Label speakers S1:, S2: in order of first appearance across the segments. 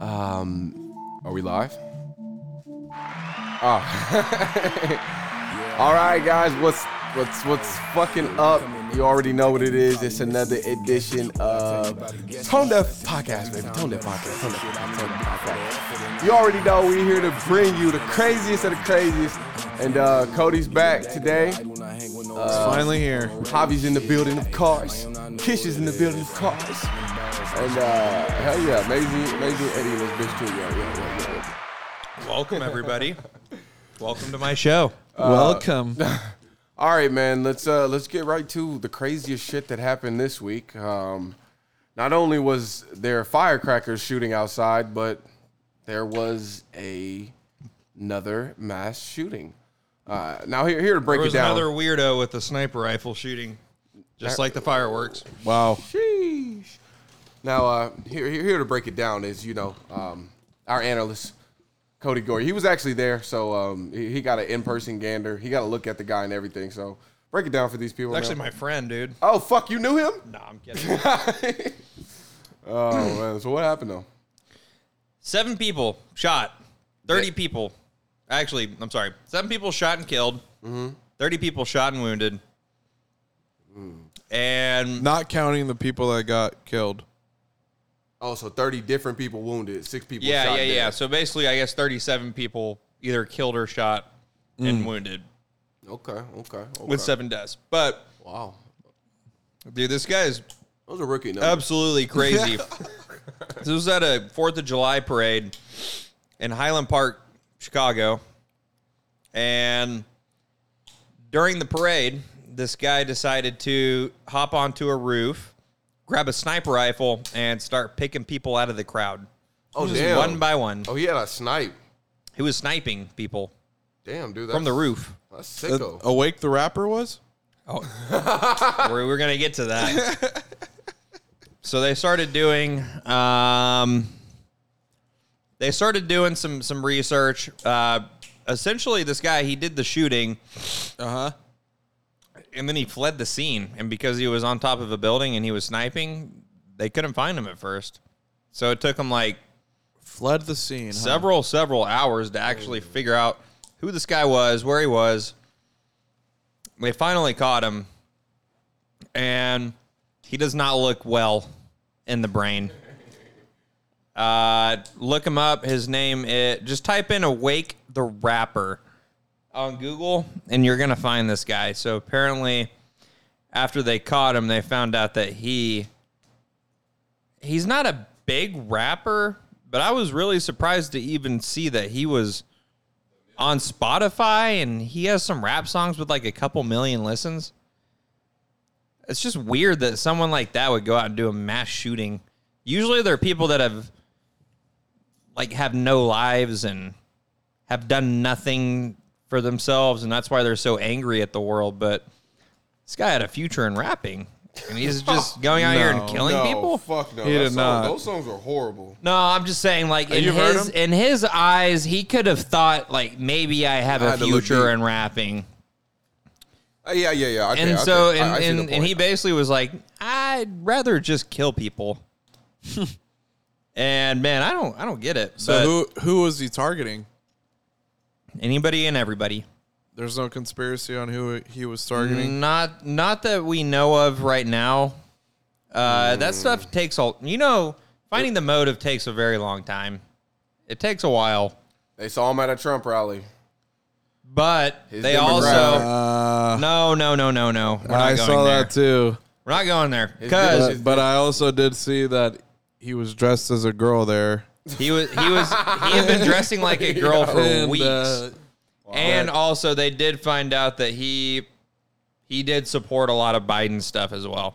S1: Um, are we live? Oh. All right, guys. What's what's what's fucking up? You already know what it is. It's another edition of Tone Deaf Podcast, baby. Tone Deaf Podcast. Tone Deaf Podcast. Tone Deaf Podcast. You already know we're here to bring you the craziest of the craziest. And uh, Cody's back today. Uh,
S2: Finally here.
S1: Javi's in the building of cars. Kish is in the building of cars. And uh, hell yeah, Maisie, Maisie and Eddie in this bitch too. Yeah, yeah, yeah, yeah.
S2: Welcome everybody. Welcome to my show. Uh, Welcome.
S1: All right, man. Let's uh let's get right to the craziest shit that happened this week. Um, not only was there firecrackers shooting outside, but there was a another mass shooting. Uh, now here here to break
S2: There
S1: it
S2: was
S1: down.
S2: another weirdo with a sniper rifle shooting, just like the fireworks.
S3: Wow.
S1: Sheesh. Now, uh, here, here, here to break it down is, you know, um, our analyst, Cody Gore. He was actually there, so um, he, he got an in person gander. He got to look at the guy and everything. So break it down for these people.
S2: Actually,
S1: man.
S2: my friend, dude.
S1: oh, fuck, you knew him?
S2: Nah, I'm kidding.
S1: Oh, man. So what happened, though?
S2: Seven people shot. Thirty people. Actually, I'm sorry. Seven people shot and killed.
S1: Mm-hmm.
S2: Thirty people shot and wounded.
S1: Mm.
S2: And
S3: Not counting the people that got killed.
S1: Oh, so 30 different people wounded, six people
S2: yeah,
S1: shot
S2: yeah,
S1: dead.
S2: yeah. So basically, I guess 37 people either killed or shot and wounded
S1: Okay, okay. okay.
S2: with seven deaths. But
S1: Wow.
S2: dude, this guy's
S1: Those are rookie numbers.
S2: absolutely crazy. this was at a Fourth of July parade in Highland Park, Chicago, and during the parade, this guy decided to hop onto a roof, grab a sniper rifle, and start picking people out of the crowd.
S1: oh,
S2: Just
S1: damn.
S2: one by one.
S1: oh, he had a snipe.
S2: He was sniping people
S1: Damn, dude. That's,
S2: from the roof.
S1: That's
S3: Uh,
S1: sicko.
S3: Awake the rapper was?
S2: we're, we're gonna get to that. so they started doing um, they started doing some some research. Uh, essentially, this guy he did the shooting,
S3: Uh huh.
S2: and then he fled the scene. And because he was on top of a building and he was sniping, they couldn't find him at first. So it took him like
S3: Fled the scene. huh?
S2: several several hours to actually figure out who this guy was, where he was. They finally caught him, and he does not look well in the brain. Uh, look him up. His name is just type in "awake the rapper" on Google, and you're gonna find this guy. So apparently, after they caught him, they found out that he he's not a big rapper, but I was really surprised to even see that he was on Spotify and he has some rap songs with like a couple million listens. It's just weird that someone like that would go out and do a mass shooting. Usually there are people that have like have no lives and have done nothing for themselves and that's why they're so angry at the world, but this guy had a future in rapping. And he's just going out here and
S3: No,
S2: killing
S1: no,
S2: people.
S1: fuck no.
S3: He
S1: That
S3: did
S1: song-
S3: not.
S1: Those songs are horrible.
S2: No, I'm just saying, like in
S3: you've heard
S2: his
S3: him?
S2: in his eyes, he could have thought like maybe I have
S1: I
S2: a
S1: had to look
S2: future
S1: deep.
S2: in rapping,
S1: Uh, yeah, yeah, yeah. Okay,
S2: and
S1: okay.
S2: so
S1: I-
S2: and,
S1: I see the
S2: and, and
S1: point.
S2: he basically was like, I'd rather just kill people. and man, I don't I don't get it.
S3: So who who was he targeting?
S2: anybody and everybody,
S3: There's no conspiracy on who he was targeting.
S2: not not that we know of right now. Uh, That
S1: Mm.
S2: stuff takes all you know. Finding the motive takes a very long time. It takes a while,
S1: They saw him at a Trump rally.
S2: but
S1: His
S2: they
S1: demographic.
S2: also.
S3: Uh,
S2: No, no, no, no, no. We're not
S3: I
S2: going
S3: saw
S2: there.
S3: that too.
S2: We're not going there
S1: It's
S2: because
S3: But, but I also did see that he was dressed as a girl there.
S2: he was he was he had been dressing like a girl for
S3: And,
S2: weeks,
S3: uh,
S2: and also they did find out that he he did support a lot of Biden stuff as well.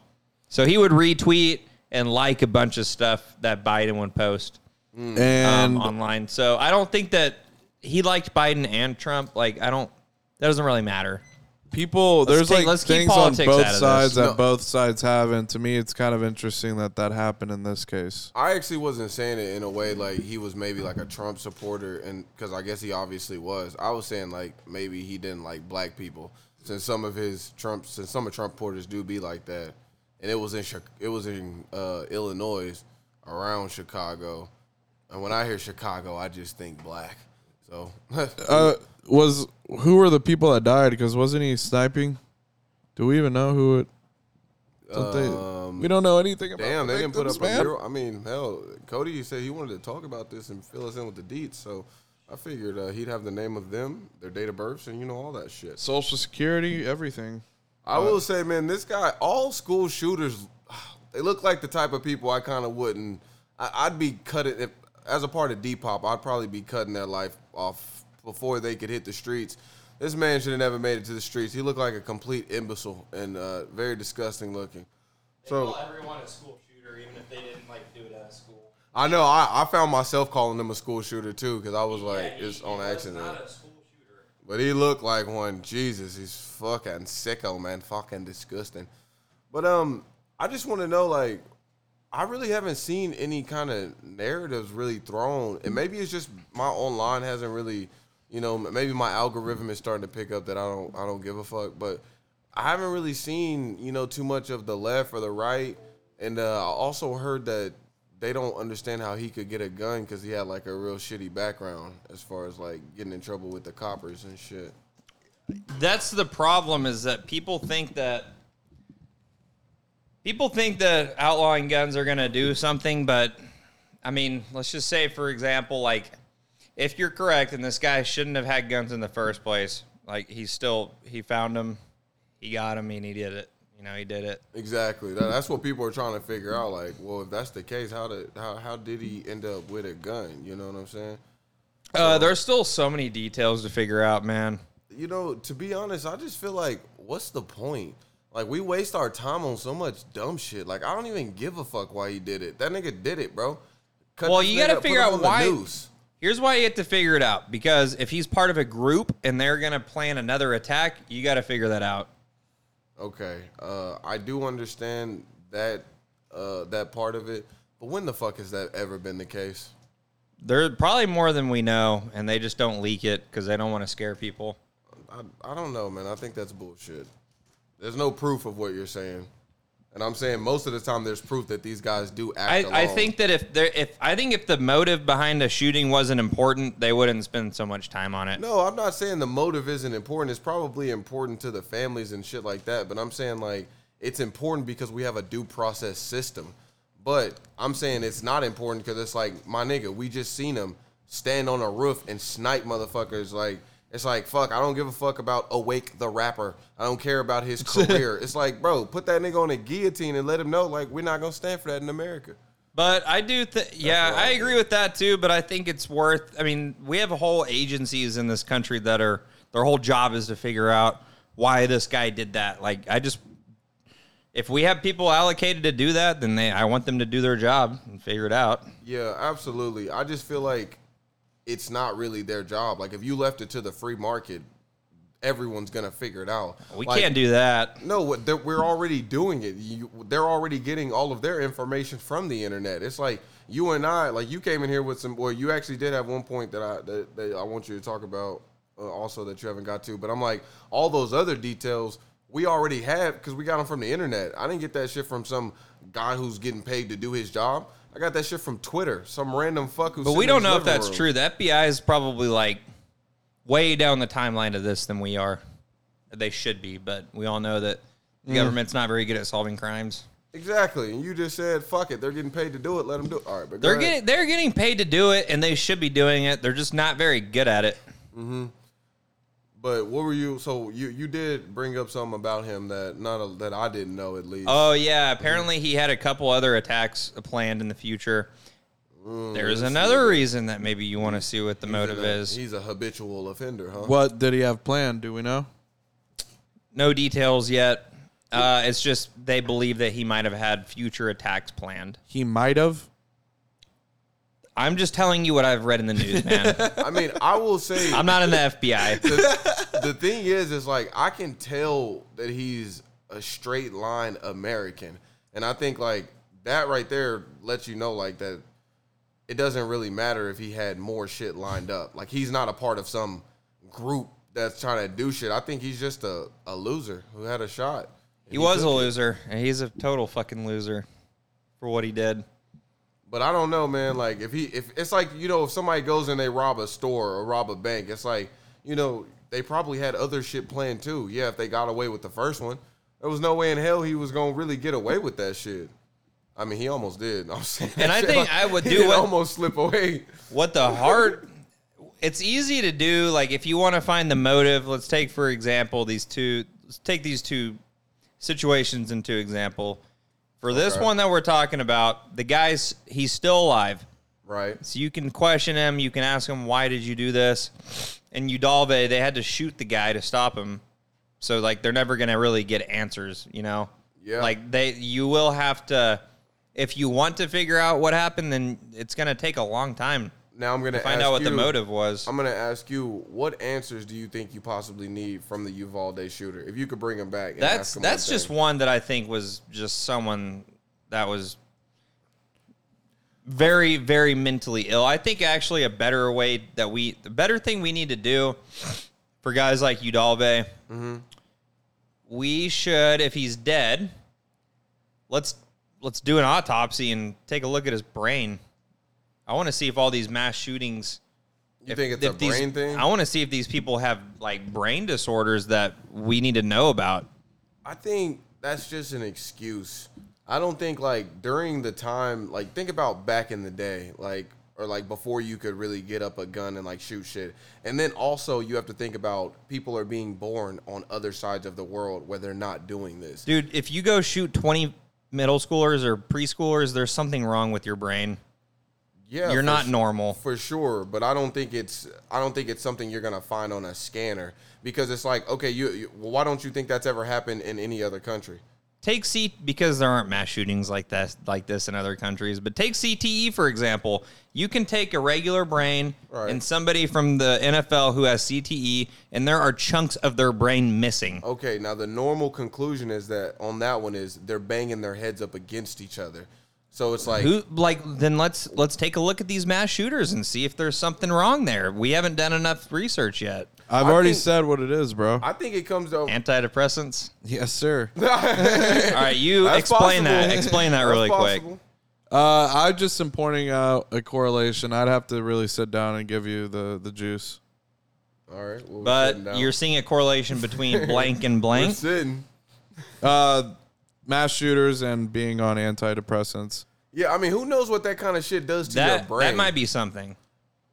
S2: So he would retweet and like a bunch of stuff that Biden would post um,
S3: and
S2: online. So I don't think that he liked Biden and Trump. Like I don't. That doesn't really matter.
S3: people, there's
S2: take-
S3: like
S2: let's keep
S3: things on
S2: politics out
S3: both
S2: of this.
S3: sides that
S1: No.
S3: both sides have, and to me, it's kind of interesting that that happened in this case.
S1: I actually wasn't saying it in a way like he was maybe like a Trump supporter, and because I guess he obviously was. I was saying like maybe he didn't like black people, since some of his Trump, since some of Trump supporters do be like that, and it was in Chi- it was in uh, Illinois, around Chicago,
S3: And when I hear Chicago, I just think black. So
S1: Uh, was who were the people that died? Because wasn't he sniping? Do we even know who it? don't they- we don't know anything about.
S3: Um, damn,
S1: the
S3: they didn't put
S1: victims,
S3: up a
S1: man.
S3: mural. I mean, hell, Cody said he wanted to talk about this and fill us in with the deets. So I figured uh, he'd have the name of them, their date of births, and you know all that shit.
S1: Social security, everything.
S3: I will say, man, this guy, all school shooters, they look like the type of people I kind of wouldn't. I, I'd be cutting if as a part of Depop, I'd probably be cutting their life off before they could hit the streets. This man should have never made it to the streets. He looked like a complete imbecile and uh, very disgusting looking. So
S2: everyone a school shooter, even if they didn't like do it at school.
S3: I know I, I found myself calling him a school shooter too because I was like, it's on accident. But he looked like one. Jesus, he's fucking sicko, man. Fucking disgusting. But um, I just want to know, like, I really haven't seen any kind of narratives really thrown, and maybe it's just my online hasn't really, you know, m- maybe my algorithm is starting to pick up that I don't, I don't give a fuck. But I haven't really seen, you know, too much of the left or the right, and uh, I also heard that they don't understand how he could get a gun because he had like a real shitty background as far as like getting in trouble with the coppers and shit.
S2: That's the problem is that people think that people think that outlawing guns are going to do something, but I mean, let's just say for example like if you're correct and this guy shouldn't have had guns in the first place, like he still he found them, he got them and he did it. You know, he did it.
S3: Exactly. That, that's what people are trying to figure out. Like, well, if that's the case, how did how, how did he end up with a gun? You know what I'm saying?
S2: Uh, there's still so many details to figure out, man.
S3: You know, to be honest, I just feel like, what's the point? Like, we waste our time on so much dumb shit. Like, I don't even give a fuck why he did it. That nigga did it, bro. Cut
S2: Well,
S3: this
S2: you
S3: nigga
S2: gotta
S3: up, put
S2: figure
S3: him
S2: out
S3: on the
S2: why-
S3: noose.
S2: Here's why you have to figure it out because if he's part of a group and they're going to plan another attack, you got to figure that out.
S3: Okay, uh, I do understand that uh, that part of it, but when the fuck has that ever been the case?
S2: They're probably more than we know, and they just don't leak it because they don't want to scare people.
S3: I, I don't know, man. I think that's bullshit. There's no proof of what you're saying, and I'm saying most of the time there's proof that these guys do act. alone.
S2: I, I think that if there, if I think if the motive behind a shooting wasn't important, they wouldn't spend so much time on it.
S3: No, I'm not saying the motive isn't important. It's probably important to the families and shit like that. But I'm saying like it's important because we have a due process system. But I'm saying it's not important because it's like my nigga, we just seen him stand on a roof and snipe motherfuckers. Like it's like fuck, I don't give a fuck about Awake the rapper. I don't care about his career. it's like bro, put that nigga on a guillotine and let him know like we're not gonna stand for that in America.
S2: But I do think, yeah,
S3: what I
S2: I agree with that too. But I think it's worth. I mean, we have whole agencies in this country that are their whole job is to figure out why this guy did that. Like, I just, if we have people allocated to do that, then they, I want them to do their job and figure it out.
S3: Yeah, absolutely. I just feel like it's not really their job. Like if you left it to the free market, everyone's gonna figure it out.
S2: We
S3: Like,
S2: can't do that.
S3: No, what- they're- we're already doing it. You, they're already getting all of their information from the internet. It's like you and I. Like you came in here with some. Well, you actually did have one point that I that, that I want you to talk about. Uh, also, that you haven't got to. But I'm like all those other details we already had because we got them from the internet. I didn't get that shit from some guy who's getting paid to do his job. I got that shit from Twitter. Some random fuck who's.
S2: But we don't know if that's true. The FBI is probably like way down the timeline of this than we are. They should be, but we all know that the government's not very good at solving crimes.
S3: Exactly, and you just said fuck it. They're getting paid to do it. Let them do it. All right, but go
S2: They're getting
S3: ahead.
S2: they're getting paid to do it, and they should be doing it. They're just not very good at it.
S3: But what were you? So you you did bring up something about him that not a, that I didn't know at least.
S2: Oh yeah, apparently he had a couple other attacks planned in the future. There's another reason that maybe you want to see what the motive
S3: He's a-
S2: is.
S3: he's a habitual offender, huh?
S1: What did he have planned? Do we know?
S2: No details yet. Uh, it's just they believe that he might have had future attacks planned.
S1: He might have.
S2: I'm just telling you what I've read in the news, man.
S3: I mean, I will say
S2: I'm not in the FBI.
S3: the thing is, is like I can tell that he's a straight line American, and I think like that right there lets you know like that it doesn't really matter if he had more shit lined up. Like he's not a part of some group that's trying to do shit. I think he's just a, a loser who had a shot.
S2: He was a loser, and he's a total fucking loser for what he did.
S3: But I don't know, man. Like if he if it's like you know if somebody goes and they rob a store or rob a bank, it's like you know they probably had other shit planned too. Yeah, if they got away with the first one, there was no way in hell he was gonna really get away with that shit. I mean, he almost did. I'm saying,
S2: And I
S3: shit,
S2: think
S3: like,
S2: I would
S3: he
S2: do
S3: did
S2: what-
S3: almost slip away.
S2: what the heart it's easy to do like if you want to find the motive let's take for example these two let's take these two situations into example for this one that we're talking about the guy's he's still alive
S3: Right.
S2: so you can question him you can ask him why did you do this and udalve they had to shoot the guy to stop him so like they're never gonna really get answers you know
S3: Yeah.
S2: like they you will have to if you want to figure out what happened then it's gonna take a long time
S3: Now I'm gonna
S2: find
S3: ask
S2: out what the
S3: you-
S2: motive was.
S3: I'm gonna ask you, what answers do you think you possibly need from the Uvalde shooter? If you could bring him back, and
S2: that's
S3: ask him
S2: that's
S3: one
S2: just
S3: thing.
S2: one that I think was just someone that was very very mentally ill. I think actually a better way that we the better thing we need to do for guys like Udalve,
S3: Mm-hmm.
S2: we should if he's dead, let's let's do an autopsy and take a look at his brain. I want to see if all these mass shootings
S3: You think it's a
S2: these-
S3: brain thing?
S2: I want to see if these people have like brain disorders that we need to know about.
S3: I think that's just an excuse. I don't think like during the time, like think about back in the day, like or like before you could really get up a gun and like shoot shit. And then also you have to think about people are being born on other sides of the world where they're not doing this.
S2: Dude, if you go shoot 20 middle schoolers or preschoolers, there's something wrong with your brain.
S3: Yeah,
S2: You're
S3: for
S2: not
S3: su-
S2: normal.
S3: for sure, but I don't think it's I don't think it's something you're gonna find on a scanner because it's like okay, you, you well, why don't you think that's ever happened in any other country?
S2: Take C because there aren't mass shootings like that like this in other countries, but take CTE for example. You can take a regular brain
S3: Right.
S2: and somebody from the NFL who has CTE and there are chunks of their brain missing.
S3: Okay, now the normal conclusion is that on that one is they're banging their heads up against each other, so it's like
S2: Who like then let's let's take a look at these mass shooters and see if there's something wrong there. We haven't done enough research yet.
S1: I've
S3: I
S1: already
S3: think-
S1: said what it is, bro.
S3: I think it comes down.
S2: Antidepressants.
S1: yes, sir.
S2: All right, you
S3: That's
S2: explain that.
S3: possible.
S2: Explain that
S3: That's
S2: really quick.
S3: possible.
S1: Uh, I just am pointing out a correlation. I'd have to really sit down and give you the the juice.
S3: All right, well, we're
S2: But
S3: sitting down.
S2: you're seeing a correlation between blank and
S3: We're
S2: blank.
S3: sitting.
S1: Uh, mass shooters and being on antidepressants.
S3: Yeah, I mean, who knows what that kind of shit does to your
S2: That
S3: brain?
S2: that might be something.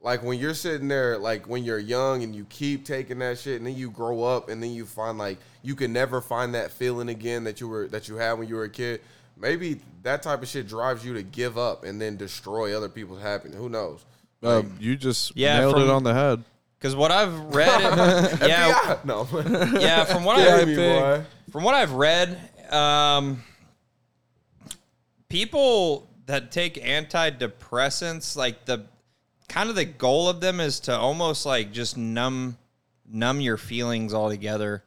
S3: like when you're sitting there like when you're young and you keep taking that shit and then you grow up and then you find like you can never find that feeling again that you were that you had when you were a kid maybe that type of shit drives you to give up and then destroy other people's happiness who knows
S1: Uh, you just
S2: Yeah,
S1: nailed it
S2: from-
S1: on the head.
S2: Because what I've read, yeah,
S3: yeah no
S2: yeah, from what
S3: Carry
S2: I
S3: me,
S1: think-
S3: boy.
S2: from what I've read, um, people that take antidepressants, like the kind of the goal of them is to almost like just numb numb your feelings altogether.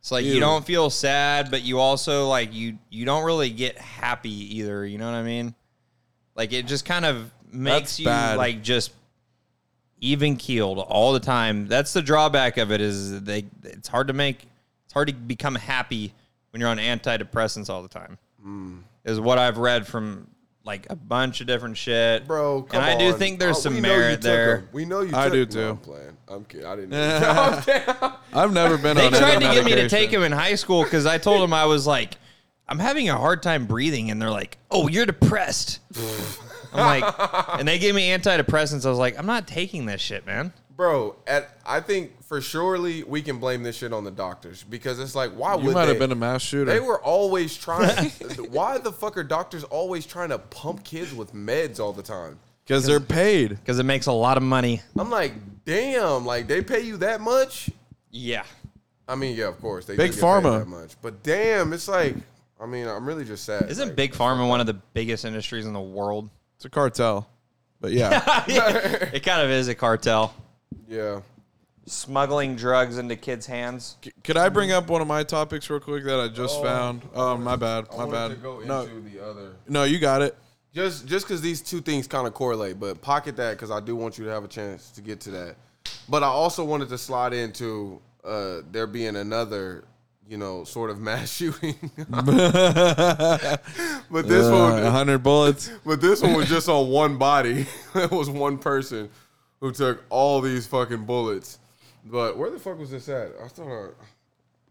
S2: It's like you
S1: Ew.
S2: don't feel sad, but you also like you you don't really get happy either. You know what I mean? Like it just kind of makes
S1: That's
S2: you
S1: bad.
S2: like just even keeled all the time. That's the drawback of it is they it's hard to make it's hard to become happy when you're on antidepressants all the time.
S3: Hmm.
S2: Is what I've read from like a bunch of different shit,
S3: bro come
S2: and I do
S3: on.
S2: think there's
S3: Oh, we
S2: some
S3: know you
S2: merit
S3: took
S2: there.
S3: them. we know you
S1: I
S3: took
S1: do
S3: them. No,
S1: too.
S3: i'm playing i'm kidding i didn't know. No, I'm kidding.
S1: I've never been
S2: They
S1: on.
S2: tried
S1: any
S2: to get me to
S1: medication.
S2: take him in high school because I told him I was like, I'm having a hard time breathing, and they're like, Oh, you're depressed. I'm like, and they gave me antidepressants. I was like, I'm not taking this shit, man.
S3: bro at, i think for surely we can blame this shit on the doctors because it's like why
S1: You
S3: would
S1: might
S3: they?
S1: have been a mass shooter.
S3: They were always trying. why the fuck are doctors always trying to pump kids with meds all the time?
S1: because they're paid.
S2: Because it makes a lot of money.
S3: I'm like, damn, like they pay you that much?
S2: Yeah.
S3: I mean, yeah, of course they
S1: Big
S3: do get paid
S1: pharma.
S3: that much, but damn, it's like, I mean, I'm really just sad.
S2: Isn't
S3: like,
S2: big pharma one of the biggest industries in the world?
S1: It's a cartel. But yeah,
S2: it kind of is a cartel.
S3: Yeah,
S2: Smuggling drugs into kids' hands.
S1: C- could I bring up one of my topics real quick that I just found? Oh, my bad. My bad. No,
S3: the other.
S1: no, you got it.
S3: Just just because these two things kind of correlate, but pocket that because I do want you to have a chance to get to that. But I also wanted to slide into uh, there being another you know, sort of mass shooting. but this one,
S1: Uh, hundred bullets.
S3: but this one was just on one body. it was one person who took all these fucking bullets. But where the fuck was this at? I thought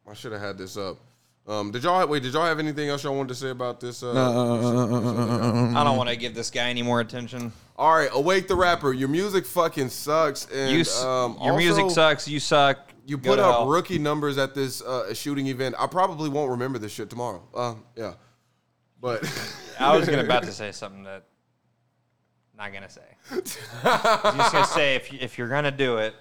S3: I, I should have had this up. Um, did y'all wait? Did y'all have anything else y'all wanted to say about this? Uh,
S2: I don't want to give this guy any more attention.
S3: All right, awake the rapper. Your music fucking sucks, and
S2: You, s
S3: um,
S2: your music
S3: also,
S2: sucks. You suck.
S3: You
S2: Go
S3: put
S2: to
S3: up
S2: hell.
S3: rookie numbers at this uh, shooting event. I probably won't remember this shit tomorrow. Uh, yeah, but
S2: I was gonna about to say something that I'm not gonna say. I was just gonna say if you, if you're gonna do it,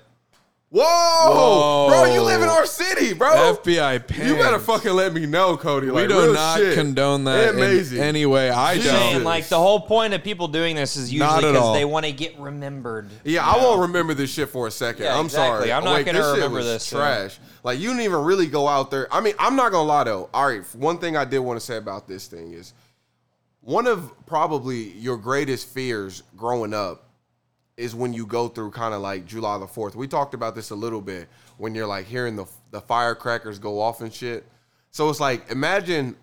S3: whoa, bro, you live in our city, bro.
S1: FBI pants.
S3: Oh, you better fucking let me know, Cody.
S1: We
S3: Like,
S1: do
S3: real
S1: not
S3: shit.
S1: condone that
S3: Amazing.
S1: in any way. I
S3: Shit.
S1: don't.
S2: saying like the whole point of people doing this is
S1: Not
S2: usually
S1: at all.
S2: because they want to get remembered.
S3: Yeah, I won't remember this shit for a second.
S2: Yeah,
S3: I'm
S2: exactly.
S3: sorry.
S2: I'm not
S3: Wait,
S2: gonna
S3: this shit
S2: remember
S3: was
S2: this, yeah.
S3: Trash. Like you didn't even really go out there. I mean, I'm not gonna lie though. All right, one thing I did want to say about this thing is one of probably your greatest fears growing up is when you go through kind of like July the Fourth. We talked about this a little bit when you're like hearing the the firecrackers go off and shit. So it's like imagine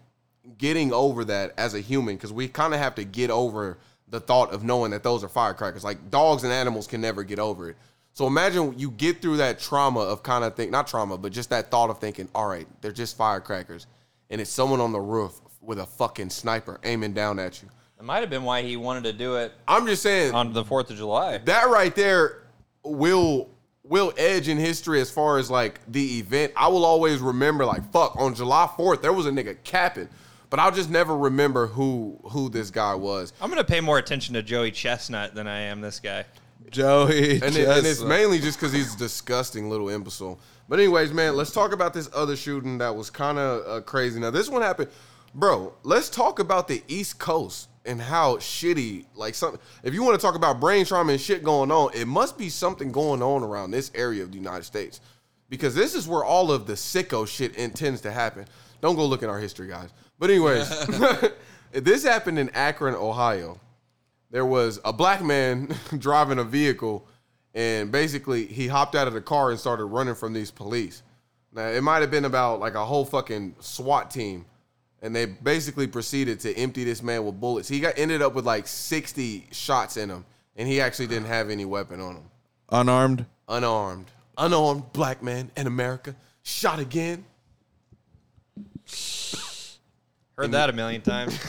S3: getting over that as a human because we kind of have to get over the thought of knowing that those are firecrackers. Like dogs and animals can never get over it. So imagine you get through that trauma of kind of think not trauma, but just that thought of thinking, all right, they're just firecrackers, and it's someone on the roof with a fucking sniper aiming down at you.
S2: It might have been why he wanted to do it
S3: I'm just saying
S2: on the Fourth of July.
S3: that right there will will edge in history as far as like the event. I will always remember like fuck on July 4th there was a nigga capping, but I'll just never remember who who this guy was.
S2: I'm gonna pay more attention to Joey Chestnut than I am this guy.
S1: Joey.
S3: And, it, and it's
S1: Chestnut.
S3: mainly just because he's a disgusting little imbecile. But anyways, man, let's talk about this other shooting that was kind of uh, crazy. Now this one happened, bro. Let's talk about the East Coast and how shitty. Like something. If you want to talk about brain trauma and shit going on, it must be something going on around this area of the United States, because this is where all of the sicko shit intends to happen. Don't go look in our history, guys. But anyways, this happened in Akron, Ohio there was a black man driving a vehicle and basically he hopped out of the car and started running from these police. Now it might have been about like a whole fucking SWAT team and they basically proceeded to empty this man with bullets. He got ended up with like 60 shots in him and he actually didn't have any weapon on him.
S1: unarmed.
S3: Unarmed. Unarmed black man in America shot again.
S2: Heard that a million times.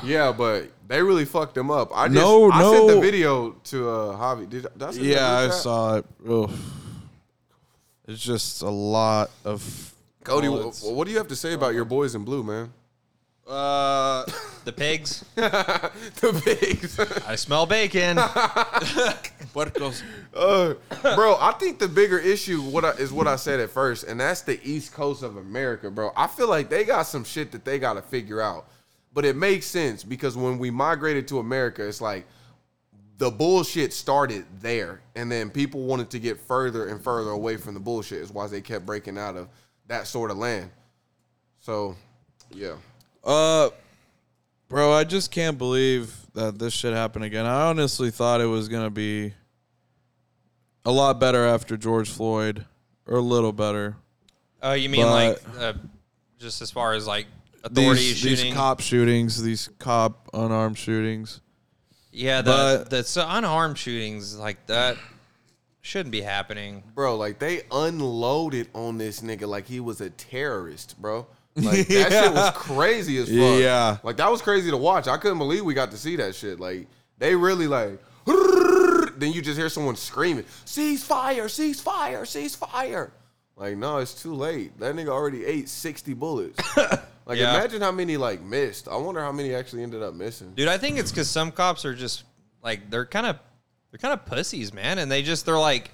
S3: Yeah, but they really fucked him up. I just,
S1: No,
S3: I sent the
S1: no.
S3: video to uh Javi. Did, did I send
S1: Yeah,
S3: that
S1: I
S3: group chat?
S1: saw it. Oof. It's just a lot of.
S3: Cody, wh-
S1: bullets.
S3: what do you have to say about your boys in blue, man?
S1: Uh,
S2: The pigs.
S3: the Bigs.
S2: I smell bacon.
S1: puercos.
S3: Uh, bro, I think the bigger issue what I, is what I said at first, and that's the East Coast of America, bro. I feel like they got some shit that they got to figure out. But it makes sense because when we migrated to America, it's like the bullshit started there, and then people wanted to get further and further away from the bullshit. Is why they kept breaking out of that sort of land. So, yeah,
S1: Uh, bro, I just can't believe that this shit happened again. I honestly thought it was gonna be a lot better after George Floyd, or a little better.
S2: Oh, you mean
S1: But-
S2: like uh, just as far as like authority
S1: These,
S2: shooting?
S1: these cop shootings, these cop unarmed shootings.
S2: yeah, the
S1: but-
S2: the so unarmed shootings like that shouldn't be happening.
S3: bro. Like they unloaded on this nigga like he was a terrorist, bro. Like that shit was crazy as fuck.
S1: Yeah.
S3: like that was crazy to watch. I couldn't believe we got to see that shit. Like they really like. Then you just hear someone screaming, "Cease fire! Cease fire! Cease fire!" Like no, it's too late. That nigga already ate sixty bullets. like
S2: Yeah.
S3: imagine how many like missed. I wonder how many actually ended up missing.
S2: Dude, I think it's because some cops are just like they're kind of they're kind of pussies, man, and they just they're like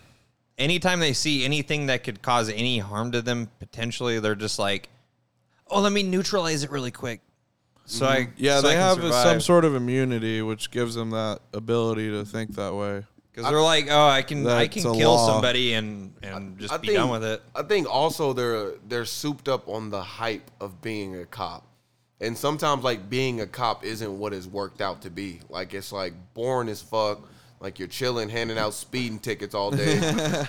S2: anytime they see anything that could cause any harm to them potentially, they're just like, oh, let me neutralize it really quick. So I
S1: Mm-hmm. Yeah,
S2: so
S1: they
S2: I can
S1: have a- some
S2: survive.
S1: sort of immunity, which gives them that ability to think that way.
S2: because they're like, oh, I can I
S1: That's
S2: can
S1: a
S2: kill
S1: law.
S2: somebody and and just be done with it.
S3: I think also they're they're souped up on the hype of being a cop. And sometimes like being a cop isn't what it's worked out to be. Like it's like boring as fuck. Like you're chilling, handing out speeding tickets all day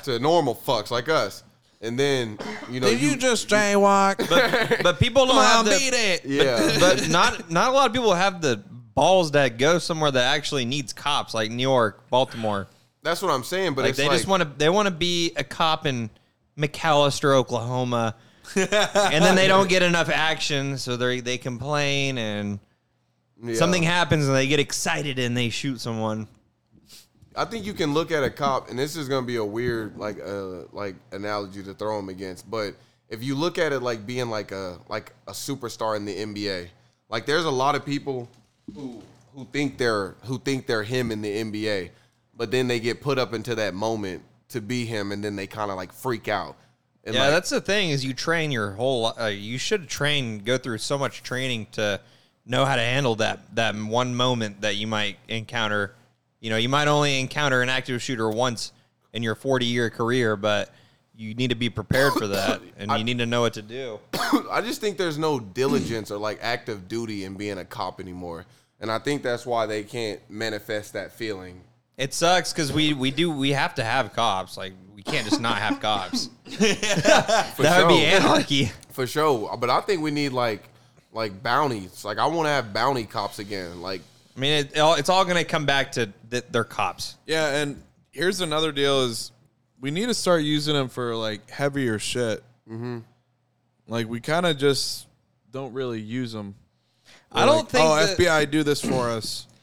S3: to normal fucks like us. and then you know
S1: Did you, just jaywalk?
S2: But, but people don't
S1: Come on,
S2: have
S1: beat
S2: the,
S1: it.
S3: yeah
S2: but not not a lot of people have the balls that go somewhere that actually needs cops like New York, Baltimore.
S3: that's what I'm saying but
S2: Like
S3: it's
S2: they
S3: like,
S2: just want to they want to be a cop in McAllister, Oklahoma. and then they don't get enough action, so they they complain and
S3: yeah.
S2: something happens and they get excited and they shoot someone.
S3: I think you can look at a cop, and this is gonna be a weird like uh like analogy to throw him against, but if you look at it like being like a like a superstar in the NBA, like there's a lot of people who who think they're who think they're him in the NBA, but then they get put up into that moment to be him, and then they kind of like freak out. And
S2: yeah,
S3: like,
S2: that's the thing is you train your whole. li- Uh, you should train, go through so much training to know how to handle that that one moment that you might encounter. You know, you might only encounter an active shooter once in your forty year career, but you need to be prepared for that, and you need to know what to do.
S3: I just think there's no diligence or like active duty in being a cop anymore, and I think that's why they can't manifest that feeling.
S2: It sucks because we we do we have to have cops. Like we can't just not have cops.
S3: For
S2: that would be
S3: sure.
S2: anarchy.
S3: For sure, but I think we need like like bounties. Like I want to have bounty cops again. Like
S2: I mean, it, it all, it's all going to come back to that they're cops.
S1: Yeah, and here's another deal: is we need to start using them for like heavier shit. Mm-hmm. Like we kind of just don't really use them.
S2: I don't think
S1: Oh,
S2: that-
S1: FBI, do this for us.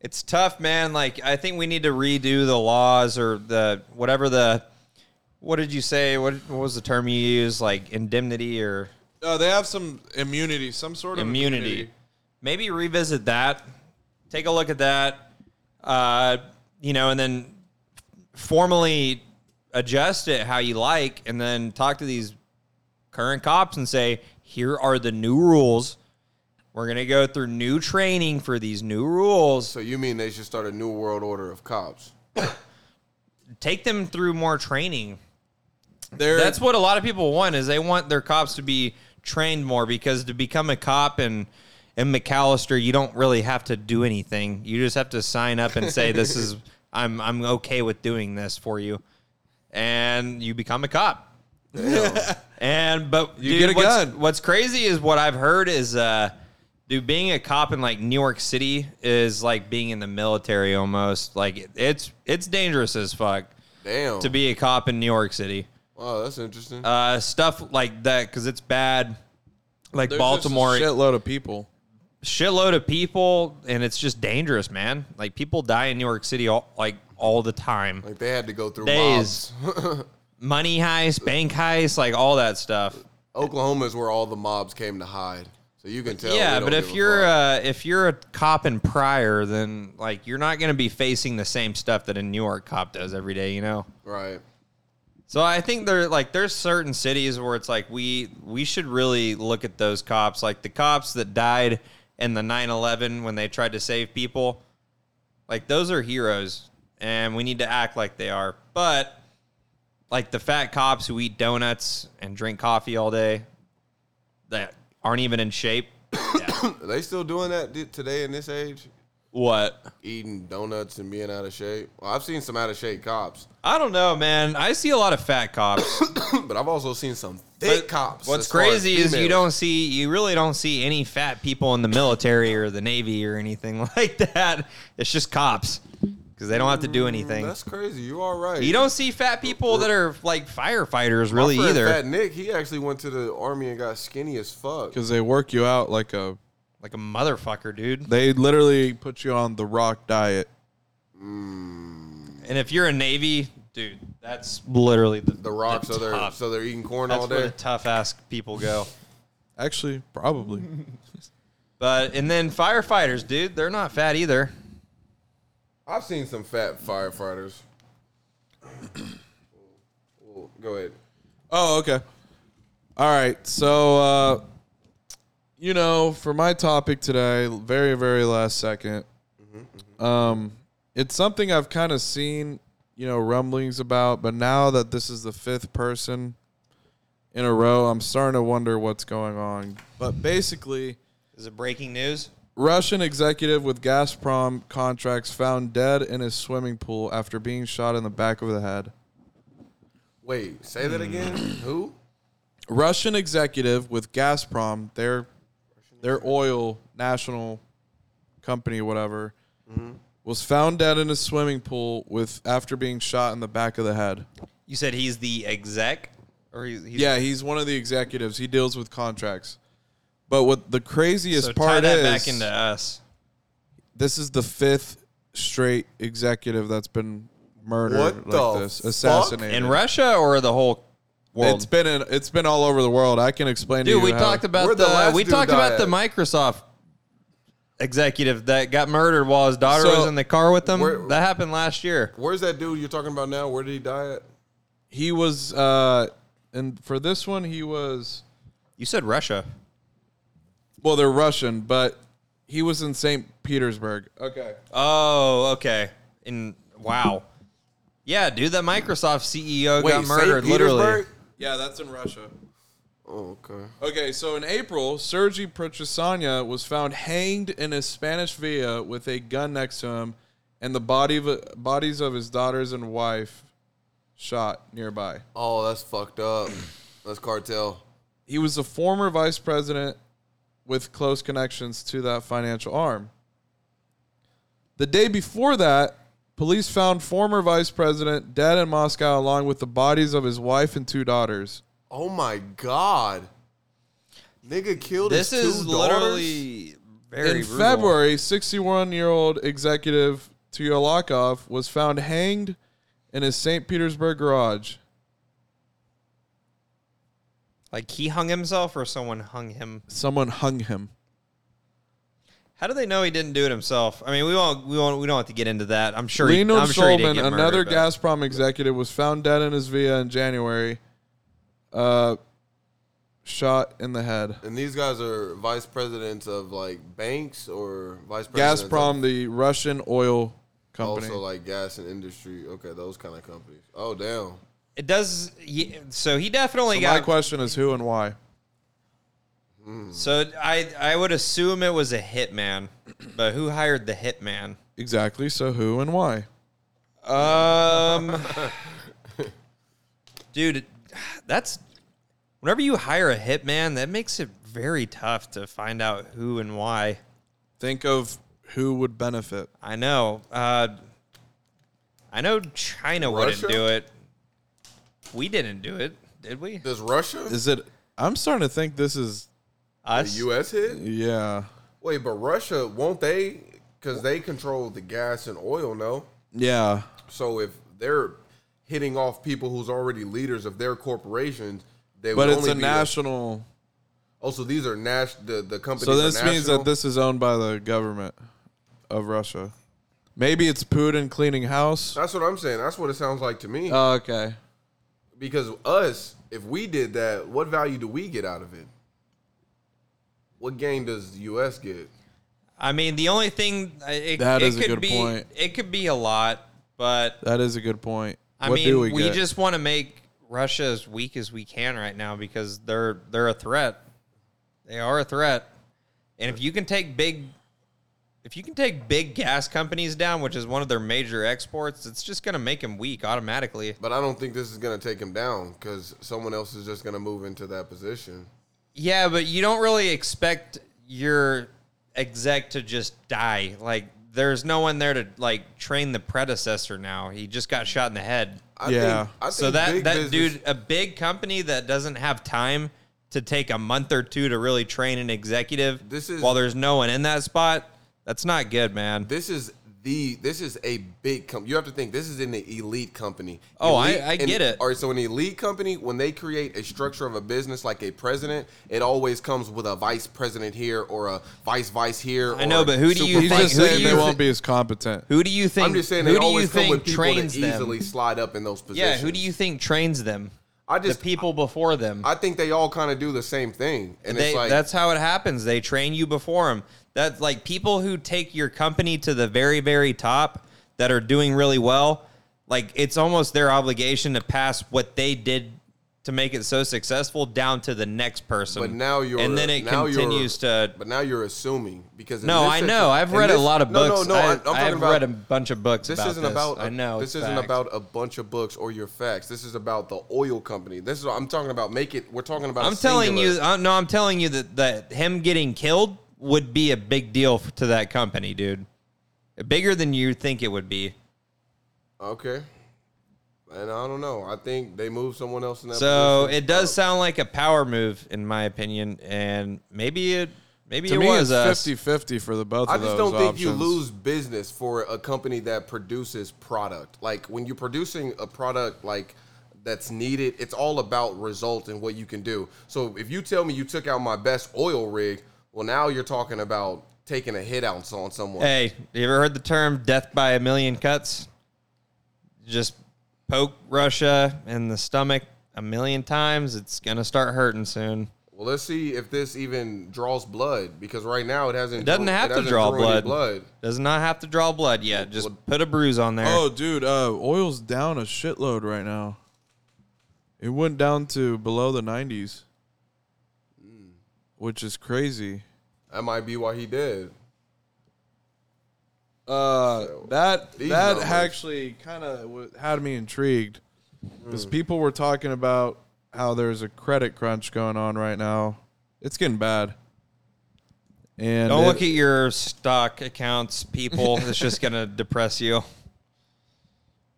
S2: It's tough, man. Like I think we need to redo the laws or the whatever the what did you say? What, what was the term you used? Like indemnity or
S1: No, Oh, they have some immunity, some sort of
S2: immunity. Maybe revisit that. Take a look at that. Uh, you know, and then formally adjust it how you like, and then talk to these current cops and say, "Here are the new rules. We're gonna go through new training for these new rules."
S3: so, you mean they should start a new world order of cops?
S2: take them through more training.
S1: They're,
S2: That's what a lot of people want is they want their cops to be trained more because to become a cop and in McAllister, you don't really have to do anything. You just have to sign up and say this is I'm I'm okay with doing this for you, and you become a cop. and but you
S1: get a
S2: what's,
S1: gun.
S2: What's crazy is what I've heard is uh, dude, being a cop in like New York City is like being in the military almost. Like it's it's dangerous as fuck
S3: Damn.
S2: to be a cop in New York City.
S3: wow, that's interesting.
S2: Uh, stuff like that because it's bad. Like
S1: there's
S2: Baltimore,
S1: just a shitload of people.
S2: shitload of people, and it's just dangerous, man. Like people die in New York City all, like all the time.
S3: like they had to go through
S2: Days,
S3: mobs.
S2: money heist, bank heist, like all that stuff.
S3: Oklahoma is where all the mobs came to hide. So you can tell.
S2: yeah,
S3: we
S2: but
S3: don't
S2: if
S3: give a
S2: you're
S3: fuck.
S2: uh, if you're a cop in Pryor, then like you're not gonna be facing the same stuff that a New York cop does every day, you know.
S3: right,
S2: So I think there like there's certain cities where it's like we we should really look at those cops like the cops that died in the 9/11 when they tried to save people. Like those are heroes and we need to act like they are. But like the fat cops who eat donuts and drink coffee all day that aren't even in shape.
S3: are they still doing that di- today in this age?
S2: What?
S3: Eating donuts and being out of shape. Well, I've seen some out of shape cops,
S2: I don't know, man. I see a lot of fat cops.
S3: but I've also seen some thick
S2: But
S3: cops.
S2: What's
S3: as far as
S2: crazy is you
S3: females.
S2: don't see, you really don't see any fat people in the military or the Navy or anything like that. It's just cops because they don't have to do anything.
S3: That's crazy. You are right.
S2: You don't see fat people that are like firefighters really
S3: friend
S2: either,
S3: Fat Nick, he actually went to the army and got skinny as fuck.
S1: Because they work you out like a.
S2: like a motherfucker, dude.
S1: They literally put you on the rock diet.
S2: And if you're a Navy, dude, that's literally the,
S3: The rocks, so they're
S2: tough-
S3: so they're eating corn
S2: that's
S3: all
S2: where
S3: day.
S2: the tough ass people go.
S1: Actually, probably.
S2: But and then firefighters, dude, they're not fat either.
S3: I've seen some fat firefighters. Well, Go ahead.
S1: Oh, okay. All right. So, uh, you know, for my topic today, very, very last 2nd um, it's something I've kind of seen, you know, rumblings about, but now that this is the fifth person in a row, I'm starting to wonder what's going on. But basically,
S2: Is it breaking news?
S1: Russian executive with Gazprom contracts found dead in his swimming pool after being shot in the back of the head.
S3: Wait, say that again. Who?
S1: Russian executive with Gazprom, their their oil national company, whatever, was found dead in a swimming pool with after being shot in the back of the head.
S2: You said he's the exec, or he's, he's
S1: Yeah, he's one of the executives. He deals with contracts. But what the craziest
S2: So tie
S1: part
S2: that
S1: is
S2: back into us.
S1: this is the fifth straight executive that's been murdered
S3: What
S1: like
S3: the
S1: this,
S3: fuck?
S1: assassinated.
S2: in Russia or the whole world.
S1: It's been in, it's been all over the world. I can explain to
S2: Dude,
S1: you.
S2: we
S1: how-
S2: talked about
S3: Where'd the
S2: the,
S3: last
S2: we
S3: dude
S2: talked
S3: die
S2: about the
S3: at?
S2: Microsoft executive that got murdered while his daughter
S1: So-
S2: was in the car with him.
S3: Where-
S2: that happened last year.
S3: Where's that dude you're talking about now? Where did he die at?
S1: he was uh and for this one he was
S2: You said Russia.
S1: well they're Russian, but he was in St. Petersburg. Uh, Okay.
S2: Oh, okay. In wow. Yeah, dude, that Microsoft CEO got murdered
S3: Saint
S2: literally.
S3: Petersburg?
S1: Yeah, that's in Russia.
S3: Oh, okay.
S1: Okay, so in April, Sergei Prochisanya was found hanged in a Spanish villa with a gun next to him and the body of, bodies of his daughters and wife shot nearby.
S3: Oh, that's fucked up. That's cartel.
S1: He was a former vice president with close connections to that financial arm. The day before that, police found former vice president dead in Moscow along with the bodies of his wife and two daughters.
S3: Oh my god. Nigga killed
S2: This
S3: his two
S2: is literally
S1: in
S2: very brutal.
S1: February, 61 year old executive Tyolakov was found hanged in his St. Petersburg garage.
S2: Like he hung himself or someone hung him.
S1: Someone hung him.
S2: How do they know he didn't do it himself? I mean, we won't, we won't, we don't have to get into that. I'm sure. he, I'm
S1: Leonard
S2: sure he did
S1: Solman,
S2: get
S1: another
S2: murdered, but-
S1: Gazprom executive, was found dead in his villa in January, uh, shot in the head.
S3: And these guys are vice presidents of like banks or vice presidents of-
S1: Gazprom, the Russian oil company.
S3: also like gas and industry. Okay, those kind of companies. Oh damn.
S2: It does. ye- So he definitely
S1: So my
S2: got.
S1: question is who and why?
S2: so I, I would assume it was a hitman, but who hired the hitman?
S1: Exactly. So who and why?
S2: Um, dude, that's whenever you hire a hitman, that makes it very tough to find out who and why.
S1: Think of who would benefit.
S2: I know. Uh, I know China
S3: Russia?
S2: wouldn't do it. We didn't do it, did we?
S3: Does Russia
S1: Is it? I'm starting to think this is.
S3: the
S2: Us.
S3: US hit?
S1: Yeah.
S3: Wait, but Russia won't they cuz they control the gas and oil, no?
S1: Yeah.
S3: So if they're hitting off people who's already leaders of their corporations, they
S1: But
S3: would
S1: it's
S3: only
S1: a
S3: be
S1: national.
S3: Oh, so these are Nash the the companies.
S1: So
S3: are
S1: this means
S3: national?
S1: that this is owned by the government of Russia. Maybe it's Putin cleaning house.
S3: That's what I'm saying. That's what it sounds like to me.
S1: Oh, okay.
S3: because us, if we did that, what value do we get out of it? What gain does the U.S. get?
S2: I mean, the only thing uh, it,
S1: That
S2: it
S1: is a
S2: could
S1: good
S2: be,
S1: point.
S2: It could be a lot, but
S1: That is a good point.
S2: I
S1: what
S2: mean,
S1: do
S2: we,
S1: we, get?
S2: just want to make Russia as weak as we can right now because they're they're a threat. They are a threat, and if you can take big, if you can take big gas companies down, which is one of their major exports, it's just going to make them weak automatically.
S3: But I don't think this is going to take him down because someone else is just going to move into that position.
S2: Yeah, but you don't really expect your exec to just die. Like, there's no one there to like train the predecessor. Now he just got shot in the head.
S3: I
S1: Yeah.
S3: Think, I
S2: so
S3: think
S2: that
S3: big
S2: that
S3: business-
S2: dude, a big company that doesn't have time to take a month or two to really train an executive,
S3: This is-
S2: while there's no one in that spot. That's not good, man.
S3: This is the this is a big company. You have to think this is an elite company.
S2: Oh, I-
S3: Elite-
S2: I
S3: and-
S2: get it.
S3: All right, so an elite company when they create a structure of a business like a president, it always comes with a vice president here or a vice vice here.
S2: I
S3: or
S2: know,
S3: a
S2: but who do you
S1: He's
S3: super-
S2: think-
S1: just
S2: who do
S1: saying
S2: you
S1: they won't
S2: thi-
S1: be as competent.
S2: who do you think?
S3: I'm just saying
S2: who
S3: they
S2: do you
S3: always come with
S2: think
S3: people that
S2: trains them?
S3: easily slide up in those
S2: yeah,
S3: positions.
S2: who do you think trains them?
S3: I just
S2: the people before them.
S3: I think they all kind of do the same thing, and
S2: They,
S3: it's like
S2: that's how it happens. They train you before them. That's like people who take your company to the very, very top that are doing really well. Like it's almost their obligation to pass what they did to make it so successful down to the next person.
S3: But now you're
S2: and then it
S3: now you're-
S2: continues to.
S3: But now you're assuming because in
S2: No,
S3: this
S2: I
S3: situ-
S2: know. I've
S3: in
S2: read a
S3: this-
S2: lot of
S3: no,
S2: books.
S3: No, no, I,
S2: I,
S3: I'm talking
S2: have
S3: about
S2: read a bunch of books.
S3: this
S2: about
S3: isn't
S2: this.
S3: about a-
S2: I know.
S3: this
S2: it's
S3: isn't
S2: fact.
S3: about a bunch of books or your facts this is about the oil company this is what i'm talking about make it we're talking about
S2: I'm
S3: a
S2: telling
S3: singular.
S2: you, uh, no, I'm telling you that, that him getting killed would be a big deal f- to that company, dude. Bigger than you think it would be.
S3: okay and i don't know i think they moved someone else in that
S2: So
S3: position.
S2: it does sound like a power move, in my opinion, and maybe it maybe
S1: To
S2: it
S1: me,
S2: was
S1: it's
S2: us.
S1: 50-50 for the both
S3: I
S1: of those
S3: just don't think you
S1: options.
S3: lose business for a company that produces product. Like when you're producing a product like that's needed, it's all about result and what you can do. So if you tell me you took out my best oil rig, well now you're talking about taking a hit ounce on someone.
S2: Hey, you ever heard the term "death by a million cuts"? Just poke Russia in the stomach a million times; it's gonna start hurting soon.
S3: Well, let's see if this even draws blood because right now it hasn't.
S2: It doesn't
S3: drew-
S2: have to
S3: hasn't
S2: draw
S3: drew any
S2: blood. Does not have to draw blood yet. Just put a bruise on there.
S1: Oh, dude, uh, oil's down a shitload right now. It went down to below the 90s, Hmm. which is crazy.
S3: That might be why he did.
S1: Uh, that
S3: these
S1: that
S3: numbers-
S1: actually kind of had me intrigued because people were talking about how there's a credit crunch going on right now. It's getting bad. And
S2: Don't
S1: it-
S2: look at your stock accounts, people. it's just gonna depress you.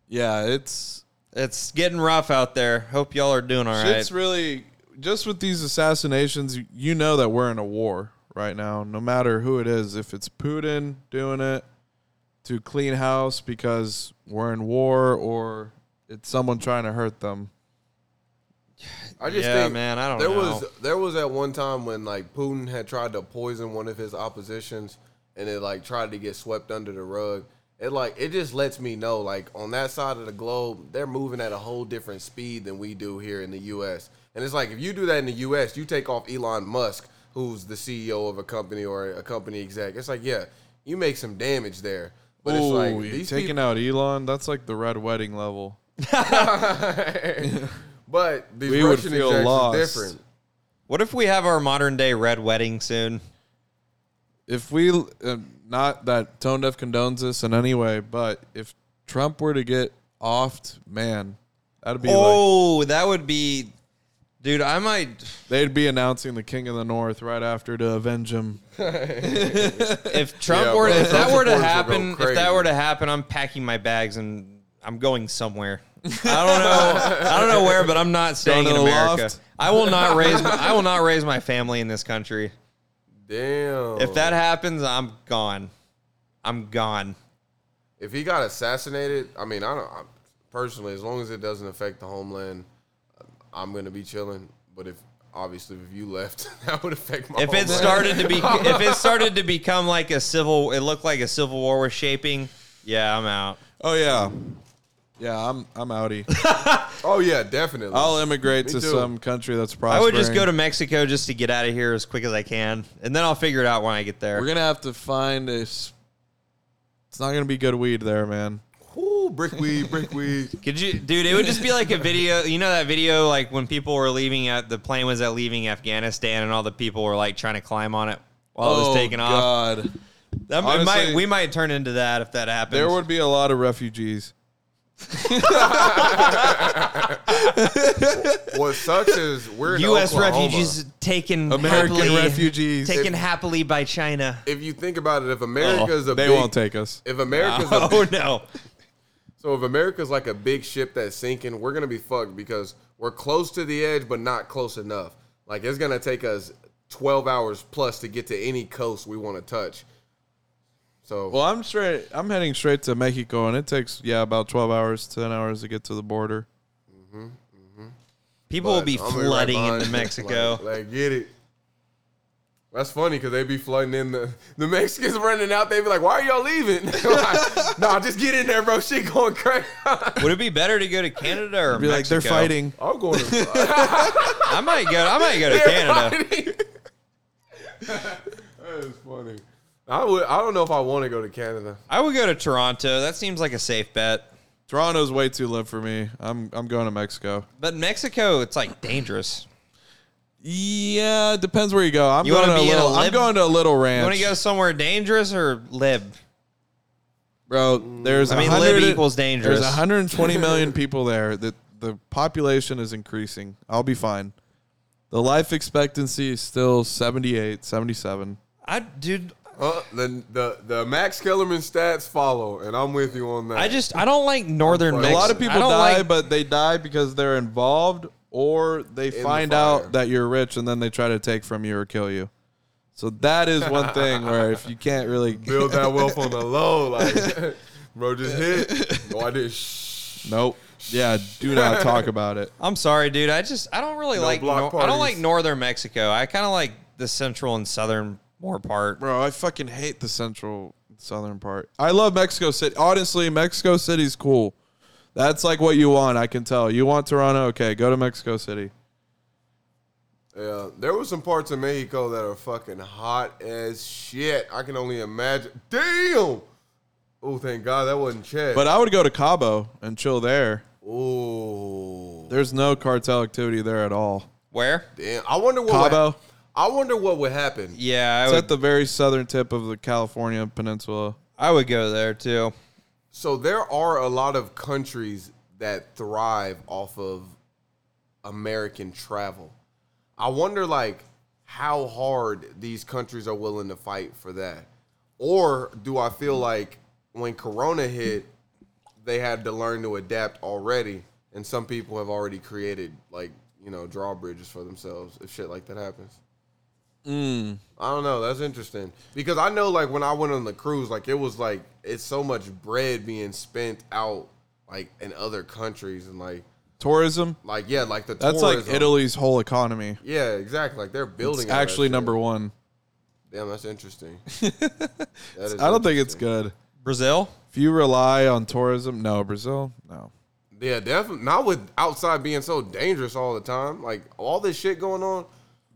S1: yeah, it's
S2: It's getting rough out there. Hope y'all are doing all right.
S1: It's really just with these assassinations. you- You know that we're in a war right now. No matter who it is, if it's Putin doing it to clean house because we're in war, or it's someone trying to hurt them.
S3: I just
S2: Yeah,
S3: think
S2: man, I don't
S3: there
S2: know.
S3: was there was at one time when like Putin had tried to poison one of his oppositions and it like tried to get swept under the rug. It like it just lets me know like on that side of the globe they're moving at a whole different speed than we do here in the US. And it's like if you do that in the US, you take off Elon Musk, who's the CEO of a company or a company exec. It's like, yeah, you make some damage there. But it's like
S1: Ooh,
S3: these
S1: taking
S3: people,
S1: out Elon. That's like the red wedding level.
S3: but these
S1: We would
S3: Russian
S1: feel
S3: execs
S1: lost.
S3: are different.
S2: what if we have our modern day red wedding soon?
S1: If we uh, not that tone deaf condones this in any way, but if Trump were to get offed, man, that'd be like
S2: Oh, that would be, dude. I might.
S1: they'd be announcing the king of the north right after to avenge him.
S2: If Trump
S3: Yeah,
S2: were,
S3: bro,
S2: if that
S3: Trump
S2: were to
S3: supporters will go
S2: happen, if that
S3: crazy.
S2: were to happen, I'm packing my bags and I'm going somewhere. I don't know. I don't know where, but I'm not staying
S1: to
S2: in
S1: the
S2: America.
S1: loft?
S2: I will not raise. My, I will not raise my family in this country.
S3: Damn.
S2: If that happens, I'm gone. I'm gone.
S3: if he got assassinated, I mean, I don't I, personally, as long as it doesn't affect the homeland, I'm gonna be chilling. But if obviously if you left, that would affect my.
S1: Oh,
S2: If it
S3: homeland.
S2: started to be, if it started to become like a civil, it looked like a civil war was shaping. Yeah, I'm out.
S1: Oh yeah, yeah. I'm I'm outie.
S3: oh yeah, definitely.
S1: I'll immigrate
S3: Me
S1: to
S3: too.
S1: some country that's
S2: I
S1: prospering.
S2: would just go to Mexico just to get out of here as quick as I can, and then I'll figure it out when I get there.
S1: We're gonna have to find a. s- It's not gonna be good weed there, man.
S3: Ooh, brickweed, brickweed.
S2: Could you, dude? It would just be like a video. You know that video, like when people were leaving at the plane was at leaving Afghanistan, and all the people were like trying to climb on it while it was taking off.
S1: Oh, God,
S2: That might-
S1: Honestly-
S2: might, we might turn into that if that happens.
S1: there would be a lot of refugees.
S3: what sucks is we're in
S2: U.S.
S3: Oklahoma.
S2: refugees taken
S1: American
S2: happily,
S1: refugees.
S2: taken happily by China.
S3: If you think about it, if America's
S1: Oh,
S3: a
S1: they
S3: big,
S1: won't take us.
S3: If America's a
S2: Oh no!
S3: So if America's like a big ship that's sinking, we're gonna be fucked because we're close to the edge, but not close enough. Like it's gonna take us twelve hours plus to get to any coast we want to touch. So
S1: Well, I'm straight. I'm heading straight to Mexico, and it takes yeah about twelve hours, ten hours to get to the border.
S2: People will be
S3: I'm gonna be right
S2: flooding
S3: behind
S2: into
S3: you.
S2: Mexico.
S3: Like, like, get it. That's funny because they be flooding in the the Mexicans running out. They be like, "Why are y'all leaving?" like, nah, just get in there, bro. Shit going crazy.
S2: Would it be better to go to Canada or
S1: Be like they're
S2: Mexico?
S1: fighting.
S3: I'm going. To,
S2: I might go. I might go to Canada.
S3: that is funny. I would. I don't know if I want to go to Canada.
S2: I would go to Toronto. That seems like a safe bet.
S1: Toronto's way too lit for me. I'm I'm going to Mexico.
S2: But Mexico, it's like dangerous.
S1: Yeah, it depends where you go. I'm
S2: You
S1: going
S2: wanna
S1: to a
S2: be in a
S1: little. I'm
S2: lib-
S1: going to a little
S2: You want
S1: ranch.
S2: to go somewhere dangerous or lib?
S1: bro. There's
S2: I mean,
S1: 100
S2: lib equals dangerous.
S1: There's 120 million people there. That the population is increasing. I'll be fine. The life expectancy is still 78, 77.
S2: I dude,
S3: Uh, the, the the Max Kellerman stats follow, and I'm with you on that.
S2: I just I don't like northern.
S3: A
S1: A
S2: Mex-
S1: lot of
S2: I
S1: people
S2: don't
S1: die,
S2: like-
S1: but they die because they're involved or they
S3: the
S1: find
S3: fire.
S1: out that you're rich and then they try to take from you or kill you. So that is one thing where if you can't really
S3: build that wealth on the low, like bro, just hit. No, I did. Shh.
S1: Nope. Yeah, do not talk about it.
S2: I'm sorry, dude. I just I don't really
S3: No
S2: like.
S3: block
S2: nor- I don't
S3: parties.
S2: like northern Mexico. I kind of like the central and southern more part.
S1: Bro, I fucking hate the central southern part. I love Mexico City. Honestly, Mexico City's cool. That's like what you want, I can tell. You want Toronto? Okay, go to Mexico City.
S3: Yeah, there were some parts of Mexico that are fucking hot as shit. I can only imagine. Damn. Oh, thank God that wasn't Chad.
S1: But I would go to Cabo and chill there.
S3: oh,
S1: There's no cartel activity there at all.
S2: Where?
S3: damn. I wonder what. would-
S1: Cabo,
S3: I wonder what would happen.
S2: Yeah, I
S1: it's
S2: would,
S1: at the very southern tip of the California peninsula.
S2: I would go there too.
S3: So there are a lot of countries that thrive off of American travel. I wonder like how hard these countries are willing to fight for that. Or do I feel like when corona hit they had to learn to adapt already and some people have already created like, you know, drawbridges for themselves if shit like that happens. I don't know. That's interesting because I know, like, when I went on the cruise, like, it was like it's so much bread being spent out, like, in other countries, and like,
S1: Tourism,
S3: like, yeah, like the
S1: that's
S3: tourism.
S1: like Italy's whole economy.
S3: Yeah, exactly. Like they're building.
S1: It's
S3: all that
S1: actually
S3: shit.
S1: number one.
S3: Damn, that's interesting. that is
S1: I don't think
S3: interesting.
S1: it's good.
S2: Brazil.
S1: If you rely on tourism, no, Brazil, no.
S3: Yeah, definitely not with outside being so dangerous all the time. Like all this shit going on.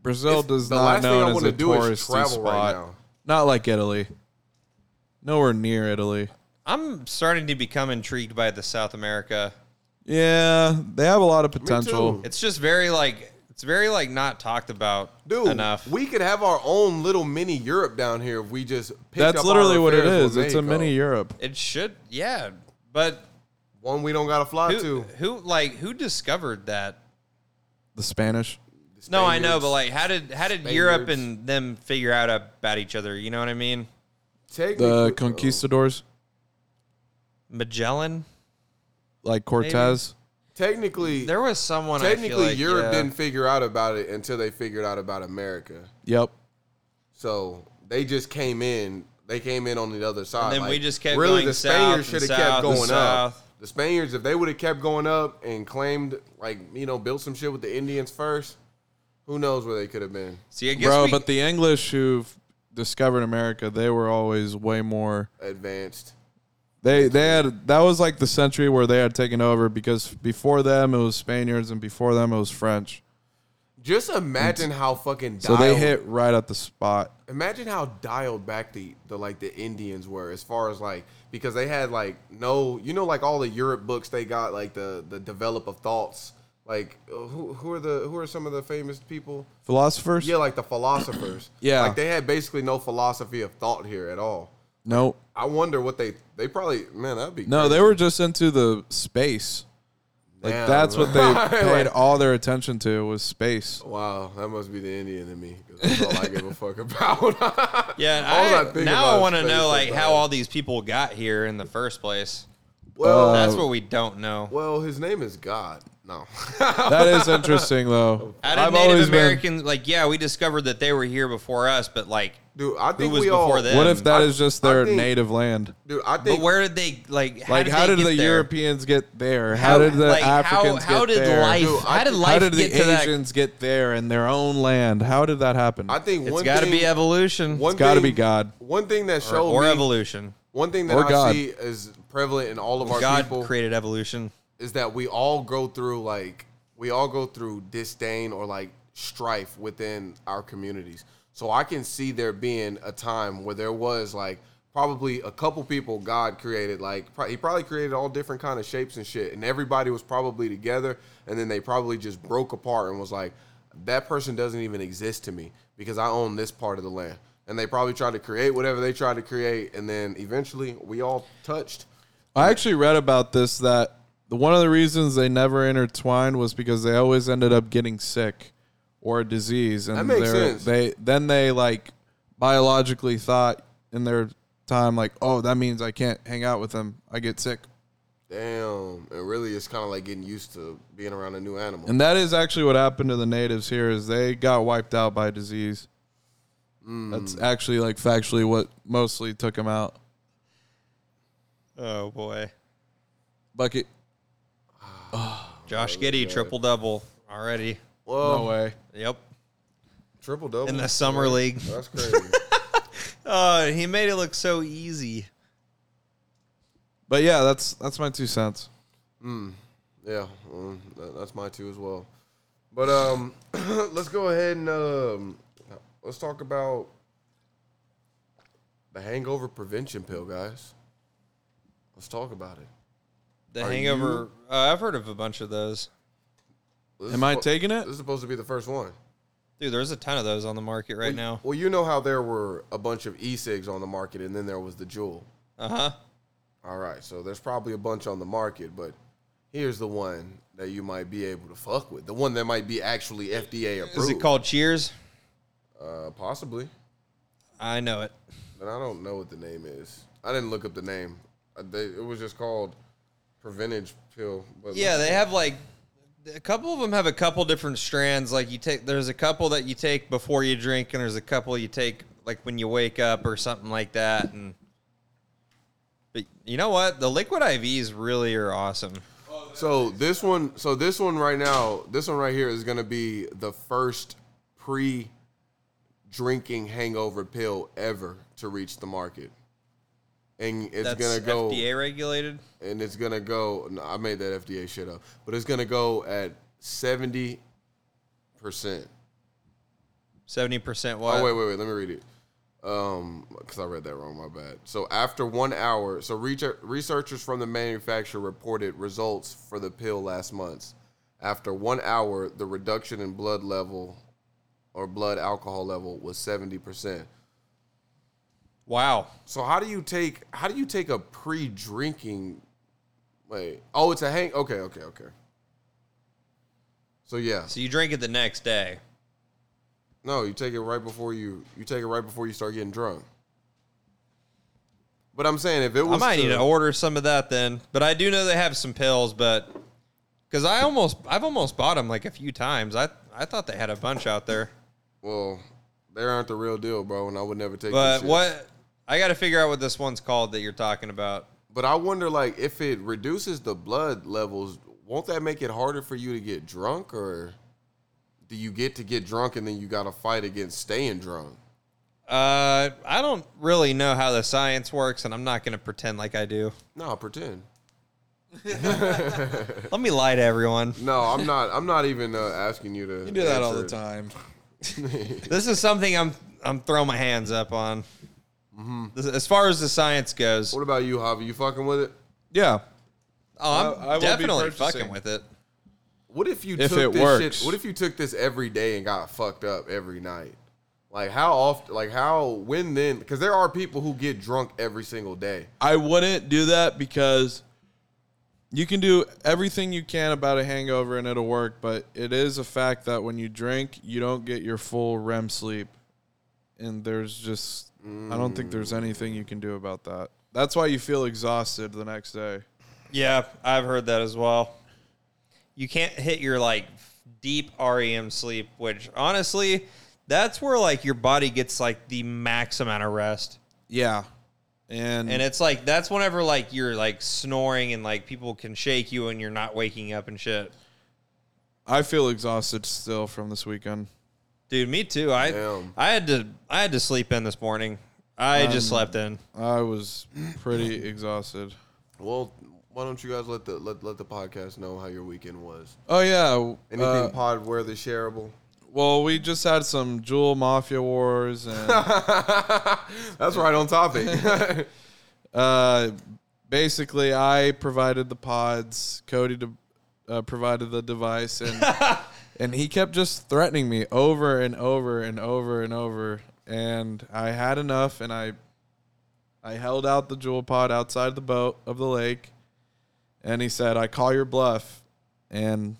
S1: Brazil
S3: It's-
S1: does
S3: the
S1: not
S3: last thing I
S1: known as
S3: wanna
S1: a
S3: do is
S1: touristy
S3: travel
S1: spot.
S3: right now.
S1: Not like Italy. Nowhere near Italy.
S2: I'm starting to become intrigued by the South America.
S1: Yeah, they have a lot of potential.
S3: too.
S2: It's just very like it's very like not talked about
S3: Dude,
S2: enough.
S3: we could have our own little mini Europe down here if we just. picked
S1: That's
S3: up
S1: literally
S3: our
S1: what it
S3: affairs
S1: is.
S3: with
S1: It's a
S3: Mexico.
S1: mini Europe.
S2: it should, yeah, but
S3: One we don't gotta fly
S2: who,
S3: to.
S2: who like who discovered that?
S1: The Spanish.
S2: No, I know,
S3: Spaniards.
S2: but like, how did how did Europe
S3: Spaniards.
S2: and them figure out about each other? You know what I mean?
S3: Technically-
S1: The
S3: oh.
S1: conquistadors,
S2: Magellan.
S1: like Cortez.
S3: Technically,
S2: There was someone. I feel
S3: technically
S2: like,
S3: Europe
S2: yeah.
S3: didn't figure out about it until they figured out about America.
S1: Yep.
S3: So they just came in. They came in on the other side.
S2: then we
S3: Like,
S2: just kept
S3: really
S2: going
S3: the
S2: south
S3: Spaniards
S2: and
S3: should have
S2: south
S3: kept
S2: and
S3: going up.
S2: south.
S3: The Spaniards, if they would have kept going up and claimed like you know built some shit with the Indians first, who knows where they could have been
S2: See, I guess
S1: Bro,
S2: we,
S1: but the English who discovered America, they were always way more
S3: advanced.
S1: They they had that was like the century where they had taken over because before them it was Spaniards and before them it was French.
S3: Just imagine how fucking
S1: So
S3: dialed,
S1: they hit right at the spot.
S3: Imagine how dialed back the, the like the Indians were as far as like because they had like no you know like all the Europe books they got like the the develop of thoughts like uh, who who are the who are some of the famous people
S1: Philosophers?
S3: yeah like the philosophers
S1: Yeah.
S3: like they had basically no philosophy of thought here at all
S1: No.
S3: I wonder what they they probably man that'd be
S1: No,
S3: crazy.
S1: they were just into the space. Like
S3: Damn,
S1: that's what they
S3: right.
S1: paid all their attention to was space.
S3: wow that must be the Indian in me 'cause that's all I give a fuck about
S2: yeah,
S3: all
S2: I,
S3: I think
S2: now
S3: about
S2: I
S3: is
S2: want to
S3: space
S2: know like how
S3: sometimes.
S2: all these people got here in the first place.
S1: Uh,
S3: well
S2: That's what we don't know.
S3: well his name is God no
S1: That is interesting though.
S2: How did Native Americans like? Yeah, we discovered that they were here before us, but like,
S3: dude I think
S2: was
S3: we all
S2: before
S1: been
S2: them?
S1: What if that
S3: I-
S1: is just
S3: I
S1: their
S3: think-
S1: native land?
S3: dude I
S2: but
S3: think
S2: where did they like? How
S1: Like
S2: did
S1: how
S2: they
S1: did,
S2: get
S1: the
S2: there?
S1: Europeans get there? How, did the
S2: like,
S1: Africans
S2: how, how
S1: get
S2: did
S1: there?
S2: Life,
S3: Dude, I
S2: how did
S3: think-
S2: life
S1: how did
S2: get
S1: the
S2: to that?
S1: Asians get there in their own land? How did that happen?
S3: I think
S2: It's
S3: one
S2: got to
S3: thing-
S2: be evolution
S3: One
S1: it's got to
S3: thing-
S1: be God.
S3: One thing that
S2: or,
S3: showed
S2: or
S3: me,
S2: evolution.
S3: one thing that
S1: Or
S3: I
S1: God.
S3: see is prevalent in all of our
S2: God
S3: people
S2: created evolution.
S3: is that we all go through like we all go through disdain or like strife within our communities. So I can see there being a time where there was like probably a couple people God created. Like pro- he probably created all different kind of shapes and shit, and everybody was probably together, and then they probably just broke apart and was like, that person doesn't even exist to me because I own this part of the land. And they probably tried to create whatever they tried to create, and then eventually we all touched.
S1: I actually read about this that the- one of the reasons they never intertwined was because they always ended up getting sick or a disease, and
S3: That makes
S1: they're-
S3: sense.
S1: they then they like biologically thought in their time like, oh, that means I can't hang out with them. I get sick,
S3: Damn, it really is kind of like getting used to being around a new animal.
S1: and that is actually what happened to the natives here. Is they got wiped out by disease. That's actually like factually what mostly took them out.
S2: Oh boy,
S1: Bucket,
S3: Oh,
S2: Josh Giddy triple double already.
S3: Well,
S1: no way.
S2: Yep,
S3: Oh, triple double
S2: in the summer league.
S3: That's crazy.
S2: Oh, he made it look so easy.
S1: But yeah, that's that's my two cents.
S3: Yeah, mm, that, that's my two as well. But um, let's go ahead and um, let's talk about the hangover prevention pill, guys. Let's talk about it.
S2: The
S3: Are
S2: Hangover. Uh, I've heard of a bunch of those.
S3: This is
S1: Am I
S3: suppo-
S1: taking it?
S3: This is supposed to be the first one.
S2: Dude, there's a ton of those on the market right now.
S3: Well, you know how there were a bunch of e-cigs on the market, and then there was the Juul.
S2: Uh huh.
S3: All right, so there's probably a bunch on the market, but here's the one that you might be able to fuck with. The one that might be actually FDA approved.
S2: Is it called Cheers?
S3: Uh, possibly.
S2: I know it.
S3: But I don't know what the name is. I didn't look up the name. Uh, They, it was just called Preventage Pill. But
S2: Yeah, they have like a couple of them have a couple different strands. Like you take, there's a couple that you take before you drink, and there's a couple you take like when you wake up or something like that. And but you know what? The liquid IVs really are awesome.
S3: So this one, so this one right now, this one right here is gonna be the first pre-drinking hangover pill ever to reach the market, and it's
S2: That's
S3: gonna go
S2: FDA regulated.
S3: and it's gonna go. No, I made that FDA shit up, but it's gonna go at seventy percent.
S2: Seventy percent.
S3: Oh wait, wait, wait. Let me read it. Um, because I read that wrong. My bad. So after one hour, so reacher- researchers from the manufacturer reported results for the pill last month. After one hour, the reduction in blood level or blood alcohol level was seventy percent.
S2: Wow.
S3: So how do you take how do you take a pre-drinking? Wait. Oh, it's a hang. Okay, okay, okay. So yeah,
S2: So you drink it the next day.
S3: No, you take it right before you you take it right before you start getting drunk. But I'm saying if it was
S2: I might
S3: to-
S2: need to order some of that then. But I do know they have some pills, but because I almost, I've almost bought them like a few times. I, I thought they had a bunch out there.
S3: well, they aren't the real deal, bro, and I would never take.
S2: But
S3: this shit.
S2: what I got to figure out what this one's called that you're talking about.
S3: But I wonder, like, if it reduces the blood levels, won't that make it harder for you to get drunk, or do you get to get drunk and then you got to fight against staying drunk?
S2: Uh, I don't really know how the science works, and I'm not going to pretend like I do.
S3: No, pretend.
S2: Let me lie to everyone.
S3: No, I'm not. I'm not even uh, asking you to.
S1: You do that all the
S3: answer it.
S1: time.
S2: This is something I'm, I'm throwing my hands up on.
S1: Mm-hmm.
S2: This- As far as the science goes,
S3: What about you, Javi? You fucking with it?
S1: Yeah.
S2: oh, I'm
S1: I- I will be
S2: definitely
S1: purchasing.
S2: fucking with it.
S3: What if you
S1: If
S3: took
S1: it
S3: this
S1: works.
S3: shit? What if you took this every day and got fucked up every night? Like how often? Like how? When then? Because there are people who get drunk every single day.
S1: I wouldn't do that because you can do everything you can about a hangover and it'll work, but it is a fact that when you drink, you don't get your full REM sleep. And there's just I don't think there's anything you can do about that. That's why you feel exhausted the next day.
S2: Yeah, I've heard that as well. You can't hit your like deep REM sleep, which honestly, that's where like your body gets like the max amount of rest.
S1: Yeah. And,
S2: And it's like that's whenever like you're like snoring and like people can shake you and you're not waking up and shit.
S1: I feel exhausted still from this weekend.
S2: Dude, me too. I
S3: Damn.
S2: I had to I had to sleep in this morning. I just slept in.
S1: I was pretty exhausted.
S3: Well, why don't you guys let the let, let the podcast know how your weekend was?
S1: Oh yeah.
S3: Anything
S1: uh,
S3: pod worthy shareable?
S1: Well, we just had some Jewel Mafia Wars and
S3: That's right on topic.
S1: uh, basically I provided the pods, Cody de- uh, provided the device and and he kept just threatening me over and over and over and over and I had enough and I I held out the jewel pod outside the boat of the lake and he said, "I call your bluff." And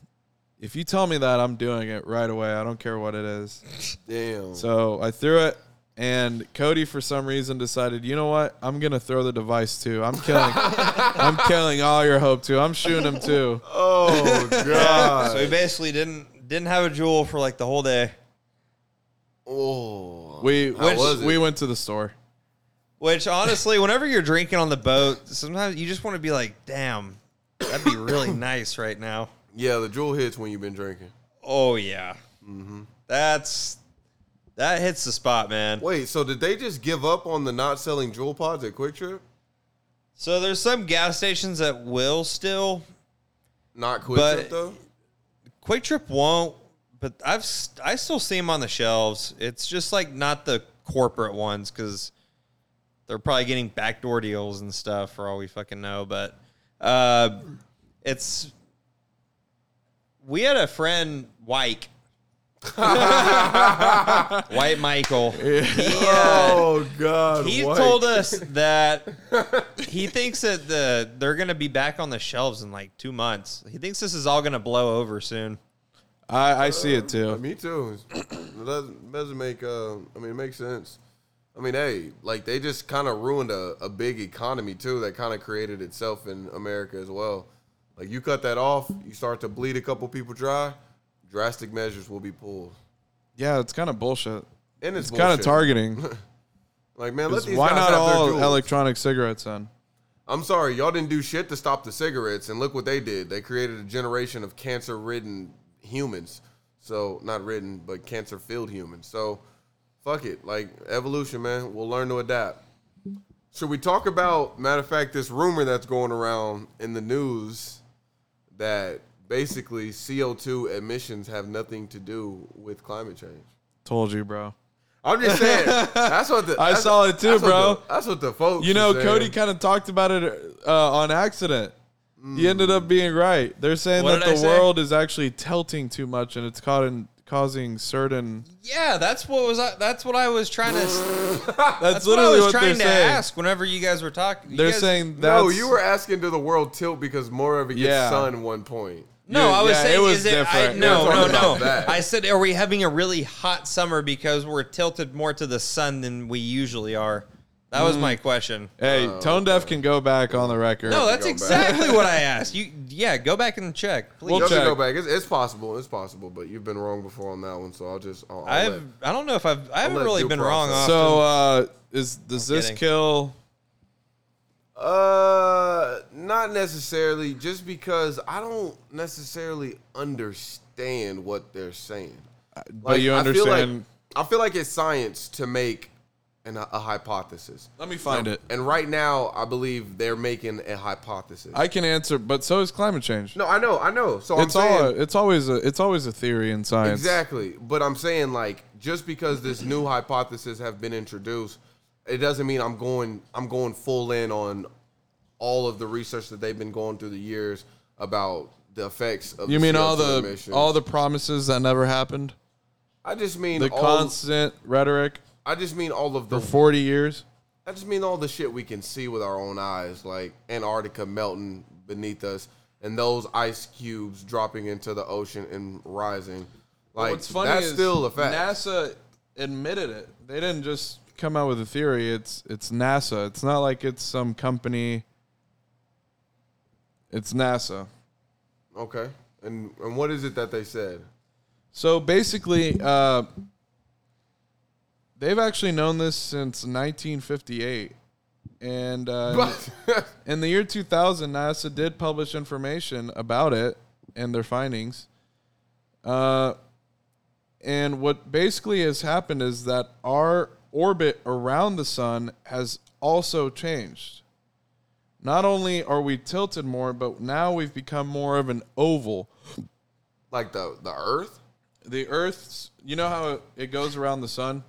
S1: if you tell me that, I'm doing it right away. I don't care what it is.
S3: Damn.
S1: So I threw it, and Cody, for some reason, decided, you know what? I'm gonna throw the device too. I'm killing, I'm killing all your hope too. I'm shooting him too.
S3: oh god.
S2: So he basically didn't didn't have a jewel for like the whole day,
S3: oh.
S1: We
S3: How was it?
S1: we went to the store.
S2: which honestly, whenever you're drinking on the boat, sometimes you just want to be like, damn, that'd be really nice right now.
S3: Yeah, the jewel hits when you've been drinking.
S2: Oh yeah. That's that hits the spot, man.
S3: Wait, so did they just give up on the not selling jewel pods at Quick Trip?
S2: So there's some gas stations that will still
S3: Not Quick
S2: But-
S3: Trip though.
S2: Quick Trip won't, but I've s- I still see them on the shelves. It's just like not the corporate ones because they're probably getting backdoor deals and stuff for all we fucking know. But uh, it's we had a friend Wyke. White Michael. uh,
S3: Oh god.
S2: He
S3: what?
S2: told us that he thinks that the they're gonna be back on the shelves in like two months. He thinks this is all gonna blow over soon.
S1: I, I see it too.
S3: Me too. It doesn't, doesn't make. Uh, I mean, it makes sense. I mean, hey, like they just kind of ruined a, a big economy too. That kind of created itself in America as well. Like you cut that off, you start to bleed a couple people dry. Drastic measures will be pulled,
S1: Yeah, it's kind of bullshit.
S3: and it's,
S1: It's kind of
S3: bullshit.
S1: targeting.
S3: Like man, let
S1: 'Cause
S3: these
S1: Why
S3: guys
S1: not
S3: have
S1: all
S3: their jewels.
S1: electronic cigarettes then?
S3: I'm sorry, y'all didn't do shit to stop the cigarettes, and look what they did. They created a generation of cancer-ridden humans. So not ridden, but cancer-filled humans. So fuck it, like evolution, man. We'll learn to adapt. Should we talk about matter of fact this rumor that's going around in the news that basically CO2 emissions have nothing to do with climate change?
S1: Told you, bro.
S3: I'm just saying. that's what the
S1: I
S3: that's-
S1: saw it too,
S3: that's what
S1: bro.
S3: the- that's what the folks.
S1: You know,
S3: are saying.
S1: Cody kind of talked about it uh, on accident. He ended up being right. They're saying
S2: What did
S1: that
S2: I
S1: the
S2: say?
S1: world is actually tilting too much, and it's causing causing certain.
S2: Yeah, that's what was I, that's what I was trying to that's,
S1: That's,
S2: what I
S1: literally
S2: was
S1: what,
S2: trying
S1: they're
S2: to
S1: saying.
S2: ask whenever you guys were talking. You
S1: They're
S2: guys-
S1: saying that.
S3: No, you were asking to the world tilt because more of it gets
S1: Yeah.
S3: sun one point.
S2: No, I was
S1: yeah, it
S2: saying
S1: was
S2: is it I,
S1: different.
S3: We
S2: no,
S3: were
S2: no,
S3: talking
S2: no.
S3: about that.
S2: I said are we having a really hot summer because we're tilted more to the sun than we usually are? That was
S1: Mm.
S2: my question.
S1: Hey,
S3: Oh,
S1: Tone Deaf can go back on the record.
S2: No, that's
S3: go back.
S2: exactly what I asked. You yeah, go back and check, please.
S1: We'll
S3: You have to
S1: check.
S3: go back. It's, it's possible. It's possible. But you've been wrong before on that one. So I'll just. I'll, I'll
S2: I've I don't know if I've I haven't
S3: let
S2: really
S3: due
S2: been wrong on
S3: process.
S1: so uh, is does
S2: I'm
S1: this
S2: kidding.
S1: kill?
S3: let- uh, not necessarily. Just because I don't necessarily understand what they're saying.
S1: but you
S3: I feel
S1: understand.
S3: like, I feel like it's science to make an, a hypothesis.
S1: Let me find it.
S3: And right now, I believe they're making a hypothesis.
S1: I can answer, but so is climate change.
S3: no, I know, I know. So
S1: it's
S3: I'm saying,
S1: all. It's always a. It's always a theory in science.
S3: Exactly. But I'm saying like just because this new hypothesis have been introduced, it doesn't mean I'm going I'm going full in on all of the research that they've been going through the years about the effects of
S1: You
S3: the
S1: mean
S3: CO2
S1: all the
S3: emissions.
S1: all the promises that never happened?
S3: I just mean
S1: The
S3: all
S1: constant rhetoric
S3: I just mean all of the
S1: for forty years.
S3: I just mean all the shit we can see with our own eyes, like Antarctica melting beneath us and those ice cubes dropping into the ocean and rising. Like
S1: What's funny
S3: that's
S1: is
S3: still a fact.
S1: NASA admitted it. They didn't just come out with a theory. It's it's NASA. It's not like it's some company. It's NASA.
S3: okay. And and what is it that they said?
S1: So basically, uh, they've actually known this since 1958, and uh, in the year 2000, NASA did publish information about it and their findings. Uh, and what basically has happened is that our orbit around the sun has also changed. Not only are we tilted more, but now we've become more of an oval.
S3: like the the Earth.
S1: the Earth's. You know how it, it goes around the sun.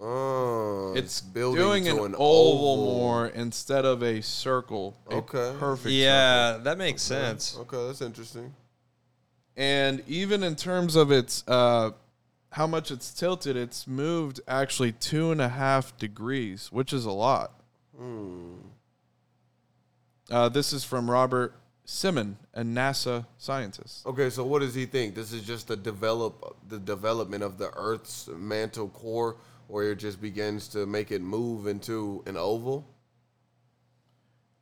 S3: Oh,
S1: It's
S3: building
S1: doing
S3: to
S1: an,
S3: an
S1: oval, more instead of a circle. A
S3: Okay.
S1: perfect. circle.
S2: Yeah, that makes sense.
S3: Okay, that's interesting.
S1: and even in terms of its uh, how much it's tilted, it's moved actually two and a half degrees, which is a lot. Hmm. Uh, this is from Robert Simon, a NASA scientist.
S3: Okay, so what does he think? This is just the develop the development of the Earth's mantle core, or it just begins to make it move into an oval.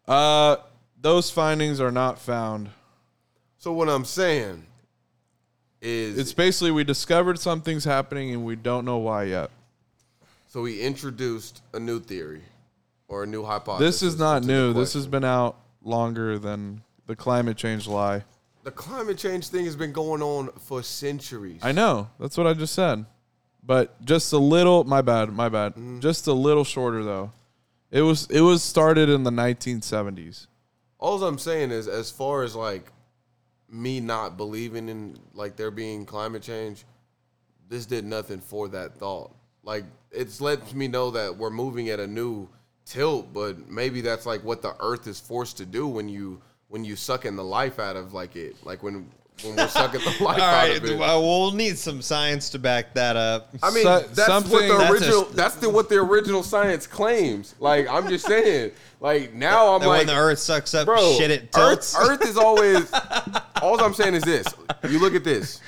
S1: Uh, those findings are not found.
S3: So what I'm saying is,
S1: It's basically we discovered something's happening and we don't know why yet.
S3: so he introduced a new theory or a new hypothesis.
S1: Oh, This is not
S3: to the
S1: new. This has
S3: question.
S1: been out longer than the climate change lie.
S3: the climate change thing has been going on for centuries.
S1: I know. That's what I just said. But just a little my bad, my bad.
S3: Mm-hmm.
S1: Just a little shorter though. It was it was started in the 1970s.
S3: All I'm saying is, as far as like me not believing in like there being climate change, this did nothing for that thought. Like it's lets me know that we're moving at a new tilt, but maybe that's like what the Earth is forced to do when you when you sucking the life out of like it, like when when we're sucking the
S2: All
S3: life out
S2: right,
S3: of it.
S2: well, we'll need some science to back that up.
S3: I mean,
S1: So-
S3: that's what
S1: something-
S3: the
S1: That's
S2: a-
S3: original. That's, the what the original science claims. Like I'm just saying. Like now I'm
S2: that
S3: like
S2: when the Earth sucks up
S3: bro.
S2: shit, it tilts.
S3: Earth, Earth is always. all I'm saying is this: you look at this,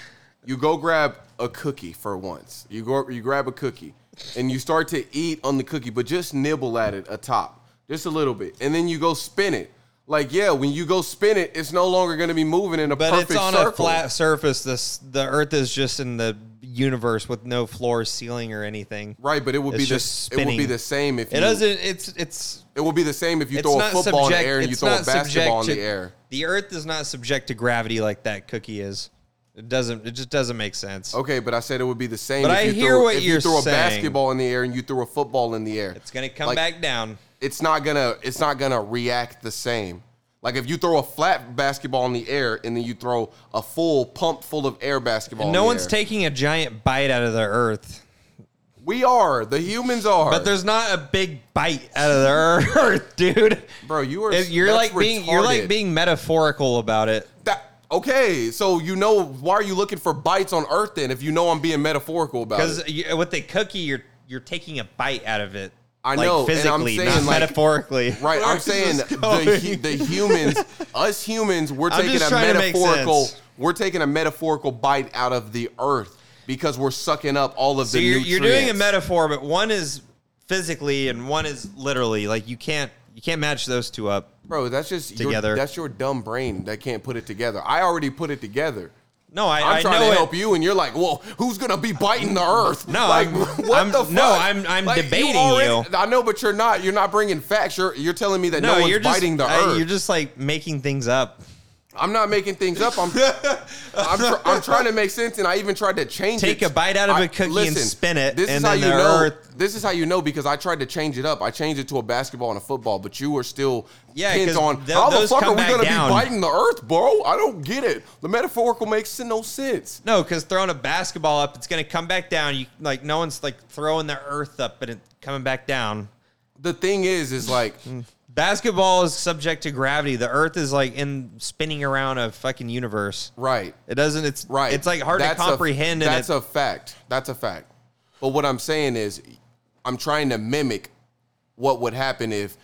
S3: you go grab a cookie for once. You go, you grab a cookie, and you start to eat on the cookie, but just nibble at it atop, just a little bit, and then you go spin it. Like yeah, when you go spin it, it's no longer going to be moving in a
S2: but
S3: perfect
S2: it's on
S3: circle.
S2: a flat surface. This the Earth is just in the universe with no floor, ceiling, or anything.
S3: Right, but it would
S2: It's
S3: be
S2: just
S3: the, it would be
S2: spinning.
S3: the same if
S2: It
S3: you,
S2: doesn't. It's it's.
S3: It would be the same if you
S2: it's
S3: throw a
S2: not
S3: football
S2: subject,
S3: in the air and you
S2: it's
S3: throw a
S2: not subject
S3: basketball in
S2: to-
S3: the air.
S2: The Earth is not subject to gravity like that cookie is. It doesn't. It just doesn't make sense.
S3: Okay, but I said it would be the same.
S2: But
S3: if
S2: I
S3: you
S2: hear
S3: threw,
S2: what
S3: if you
S2: you're
S3: threw a
S2: saying.
S3: basketball in the air and you threw a football in the air.
S2: It's gonna come
S3: Like,
S2: back down.
S3: It's not gonna. It's not gonna react the same. Like if you throw a flat basketball in the air and then you throw a full pump full of air basketball. in
S2: No
S3: the
S2: one's
S3: air.
S2: taking a giant bite out of the Earth.
S3: We are the humans are.
S2: But there's not a big bite out of the earth, dude.
S3: bro, you are.
S2: If you're
S3: that's
S2: like being you're
S3: retarded.
S2: like being metaphorical about it.
S3: That, okay, so you know why are you looking for bites on Earth then? If you know I'm being metaphorical about it.
S2: Because with the cookie, you're you're taking a bite out of it.
S3: I
S2: Like,
S3: know, and I'm
S2: physically,
S3: saying,
S2: not
S3: like-
S2: metaphorically.
S3: Right,
S2: Where
S3: I'm
S2: is
S3: saying
S2: this
S3: the,
S2: going?
S3: hu- the humans, us humans, we're
S2: I'm
S3: taking
S2: just
S3: a
S2: trying to make
S3: metaphorical,
S2: sense.
S3: we're taking a metaphorical bite out of the earth because we're sucking up all of
S2: so
S3: the
S2: you're, you're
S3: nutrients.
S2: doing a metaphor, but one is physically and one is literally. Like you can't you can't match those two up.
S3: bro. That's just your-
S2: Together.
S3: that's your dumb brain that can't put it together. I already put it together.
S2: No, I,
S3: I'm
S2: I
S3: trying
S2: know
S3: to
S2: it.
S3: help you, and you're like, "Well, who's gonna be biting the earth?"
S2: No,
S3: like,
S2: I'm- I'm- no, I'm- I'm debating you.
S3: I know, but you're not. You're not bringing facts. You're you're telling me that no,
S2: No,
S3: one's
S2: you're just
S3: biting the
S2: I-
S3: earth.
S2: you're just like making things up.
S3: I'm not making things up. I'm I'm, tr- I'm trying to make sense, and I even tried to change.
S2: Take
S3: it.
S2: a bite out of a cookie and spin it,
S3: This is
S2: and
S3: how
S2: then
S3: you
S2: the
S3: know.
S2: earth-
S3: This is how you know because I tried to change it up. I changed it to a basketball and a football, but you were still
S2: Yeah,
S3: pinned
S2: 'cause
S3: on
S2: th-
S3: how the
S2: those
S3: fuck
S2: come
S3: are we
S2: back
S3: gonna
S2: down."
S3: be biting the earth, bro? I don't get it. The metaphorical makes no sense.
S2: No, because throwing a basketball up, it's gonna come back down. You like no one's like throwing the earth up and it coming back down.
S3: The thing is, is like
S2: Mm. Basketball is subject to gravity. The earth is like in spinning around a fucking universe.
S3: right.
S2: It doesn't. It's
S3: Right.
S2: It's like hard
S3: That's
S2: to
S3: a-
S2: comprehend. and
S3: that's
S2: it,
S3: a fact. That's a fact. But what I'm saying is, I'm trying to mimic what would happen if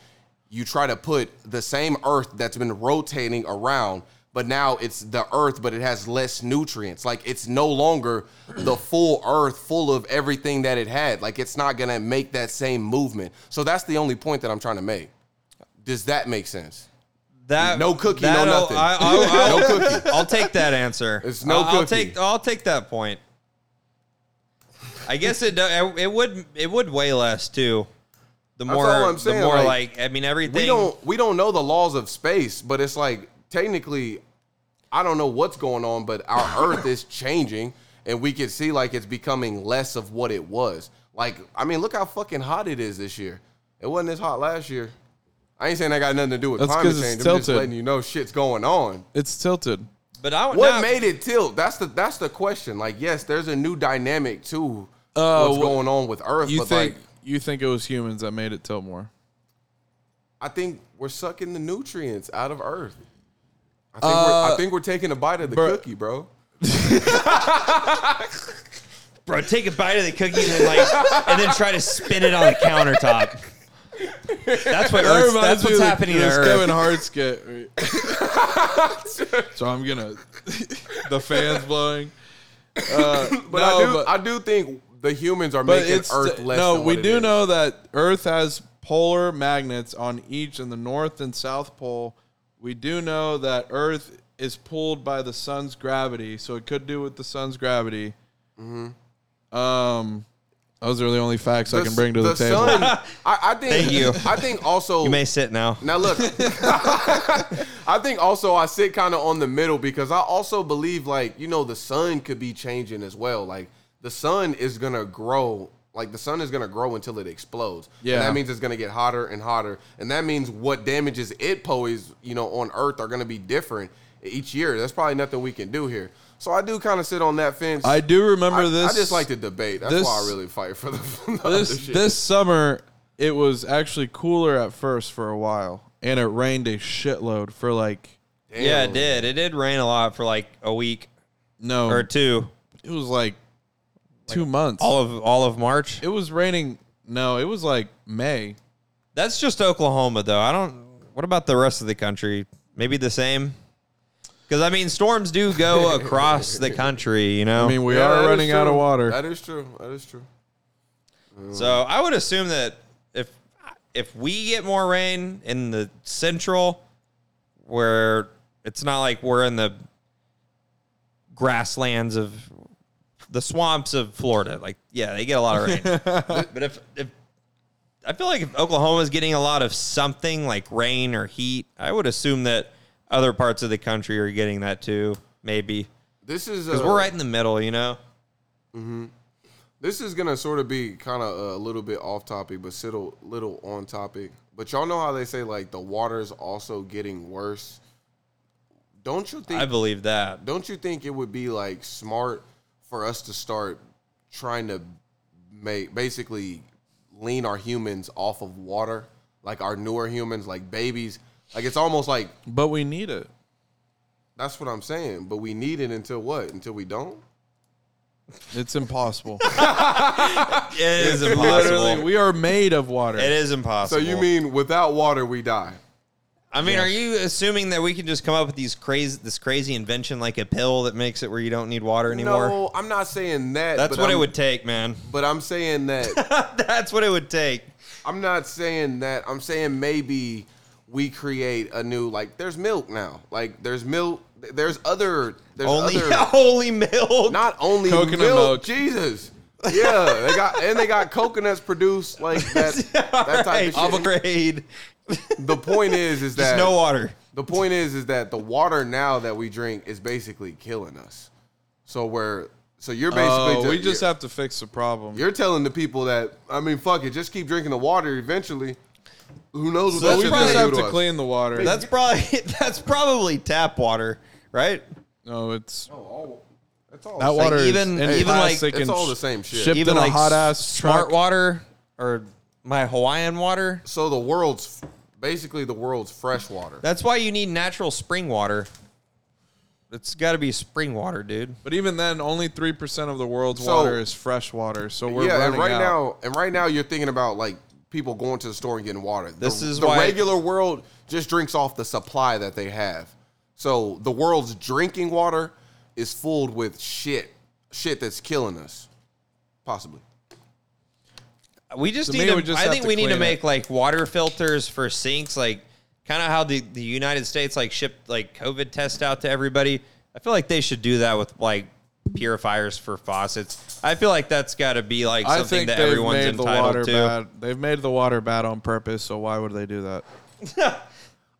S3: you try to put the same Earth that's been rotating around, but now it's the Earth, but it has less nutrients. Like it's no longer the full Earth, full of everything that it had. Like it's not gonna make that same movement. So that's the only point that I'm trying to make. Does that make sense?
S2: that
S3: no cookie, no
S2: that'll-
S3: nothing.
S2: I, I, will
S3: No cookie.
S2: I'll take that answer.
S3: It's no
S2: I'll, I'll
S3: cookie.
S2: take. I'll take that point. I guess it. do- It would. It would weigh less too. The more.
S3: all I'm saying,
S2: the more
S3: like,
S2: like, I mean everything.
S3: we don't we don't know the laws of space, but it's like technically, I don't know what's going on, but our Earth is changing, and we can see like it's becoming less of what it was. Like, I mean, look how fucking hot it is this year. It wasn't as hot last year. I ain't saying that got nothing to do with
S1: That's
S3: climate
S1: 'cause it's
S3: change. I'm just
S1: tilted.
S3: letting you know shit's going on.
S1: It's tilted.
S2: But I
S3: What
S2: now-
S3: made it tilt? That's the that's the question. Like, yes, there's a new dynamic to
S1: Uh,
S3: what's
S1: wh-
S3: going on with Earth.
S1: You
S3: but
S1: think
S3: like,
S1: you think it was humans that made it tilt more?
S3: I think we're sucking the nutrients out of Earth. I think, we're,
S1: Uh,
S3: I think we're taking a bite of the
S1: bruh.
S3: cookie, bro.
S2: bro, take a bite of the cookie and then, like, and then try to spin it on the countertop. That's what Earth, that's what's happening to
S1: This
S2: Earth.
S1: Kevin Hart skit. so I'm gonna the fans blowing. Uh,
S3: But
S1: no,
S3: I do
S1: but,
S3: I do think the humans are
S1: but
S3: making
S1: it's
S3: Earth less.
S1: no.
S3: than
S1: we
S3: what it
S1: do
S3: is.
S1: know that Earth has polar magnets on each in the north and south pole. We do know that Earth is pulled by the sun's gravity, so it could do with the sun's gravity.
S3: Mm-hmm.
S1: Um, those are the only facts I can bring to the, table.
S3: Sun, I, I think.
S2: Thank you.
S3: I think also.
S2: You may sit now.
S3: now look, I think also I sit kind of on the middle because I also believe like you know the sun could be changing as well. Like the sun is gonna grow. Like the sun is gonna grow until it explodes. And
S1: Yeah.
S3: that means it's gonna get hotter and hotter, and that means what damages it poses, you know, on Earth are gonna be different each year. That's probably nothing we can do here. So I do kind of sit on that fence.
S1: I do remember
S3: I,
S1: this.
S3: I just like to debate. That's
S1: this-
S3: why I really fight for the. for the other
S1: this
S3: shit.
S1: this summer it was actually cooler at first for a while and it rained a shitload for like
S3: Damn.
S2: Yeah, it did. It did rain a lot for like a week
S1: no
S2: or two.
S1: it was like 2 months
S2: All of all of March.
S1: it was raining no it was like May
S2: That's just Oklahoma, though. I don't. What about the rest of the country? Maybe the same. Because I mean, storms do go across the country, you know.
S1: I mean we
S3: Oh. Yeah, that
S1: are
S3: is
S1: running out of
S3: true.
S1: water
S3: That is true. That is true.
S2: so I would assume that if if we get more rain in the central, where it's not like we're in the grasslands of the swamps of Florida, like yeah, they get a lot of rain. but if if I feel like if Oklahoma's getting a lot of something like rain or heat, I would assume that other parts of the country are getting that too, maybe.
S3: This is
S2: Because
S3: uh,
S2: we're right in the middle, you know?
S3: This is gonna sort of be kind of a little bit off topic, but little little on topic. But y'all know how they say like the water's also getting worse. Don't you think?
S2: I believe that.
S3: don't you think it would be like smart for us to start trying to make basically lean our humans off of water, like our newer humans, like babies? Like it's almost like
S1: but we need it
S3: that's what I'm saying. But we need it until what? Until we don't.
S1: it's impossible
S2: It is
S1: literally
S2: impossible.
S1: we are made of water
S2: It is impossible.
S3: mean without water we die?
S2: I mean, are you assuming that we can just come up with these crazy, this crazy invention like a pill that makes it where you don't need water anymore?
S3: No, I'm not saying that.
S2: That's
S3: but
S2: what
S3: I'm,
S2: it would take, man.
S3: But I'm saying that.
S2: That's what it would take.
S3: I'm not saying that. I'm saying maybe we create a new like. There's milk now. Like there's milk. There's other. There's
S2: Only
S3: other.
S2: holy milk.
S3: Not only
S1: Coconut
S3: milk,
S1: milk.
S3: Jesus. Yeah, they got and they got coconuts produced like that. that type
S2: Right,
S3: of shit.
S2: upgrade.
S3: The point is, is
S2: Just
S3: that
S2: no water.
S3: the point is is that the water now that we drink is basically killing us. So we're so you're basically
S1: Oh,
S3: ju-
S1: we just
S3: you're-
S1: have to fix the problem
S3: you're telling the people that I mean fuck it, just keep drinking the water eventually. Who knows what
S1: so
S3: that's
S1: we
S3: gonna
S1: just
S3: do
S1: have
S3: to
S1: to
S3: us.
S1: clean the water
S2: That's probably that's probably tap water, right?
S1: no it's
S3: That's all
S1: that
S3: the same-
S1: water
S2: even-
S1: is in
S2: even, like,
S1: plastic
S3: it's
S1: and
S3: all the
S1: sh-
S3: same shit.
S1: shipped in a hot ass
S2: smart water or my Hawaiian water.
S3: so the world's basically the world's fresh water.
S2: That's why you need natural spring water. It's got to be spring water, dude.
S1: But even then, only three percent of the world's
S3: So-
S1: water is fresh water. So we're
S3: yeah,
S1: running
S3: and right
S1: out.
S3: now and right now you're thinking about like people going to the store and getting water. The-
S2: This is
S3: the
S2: why-
S3: regular world just drinks off the supply that they have. So the world's drinking water is filled with shit, shit that's killing us, possibly.
S2: We just
S1: To
S2: need
S1: me,
S2: to.
S1: we just
S2: I
S1: have
S2: think
S1: to
S2: we need to
S1: clean it.
S2: make like water filters for sinks, like kind of how the, the United States like shipped like COVID test out to everybody. I feel like they should do that with like purifiers for faucets. I feel like that's got to be like
S1: I
S2: something
S1: think
S2: that
S1: they've
S2: everyone's
S1: made the water
S2: entitled to.
S1: bad. They've made the water bad on purpose. So why would they do that?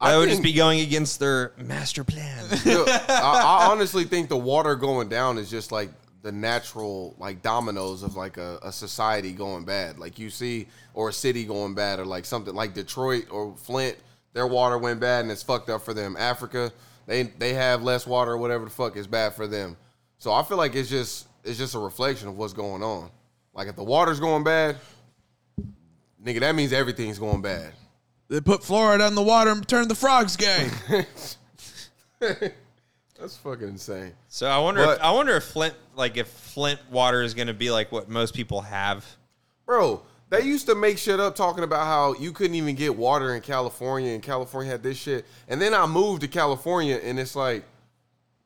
S2: I
S3: I
S2: would
S3: think-
S2: just be going against their master plan.
S3: Look, I, I honestly think the water going down is just like the natural like dominoes of like a, a society going bad. Like you see, or a city going bad, or like something like Detroit or Flint, their water went bad and it's fucked up for them. Africa, They they have less water or whatever the fuck is bad for them. So I feel like it's just it's just a reflection of what's going on. Like if the water's going bad, nigga, that means everything's going bad.
S1: They put Florida in the water and turned the frogs gay.
S3: That's fucking insane.
S2: So I wonder.
S3: But-
S2: If, I wonder if Flint, like, if Flint water is going to be like what most people have.
S3: Bro, they used to make shit up talking about how you couldn't even get water in California and California had this shit. And then I moved to California and it's like,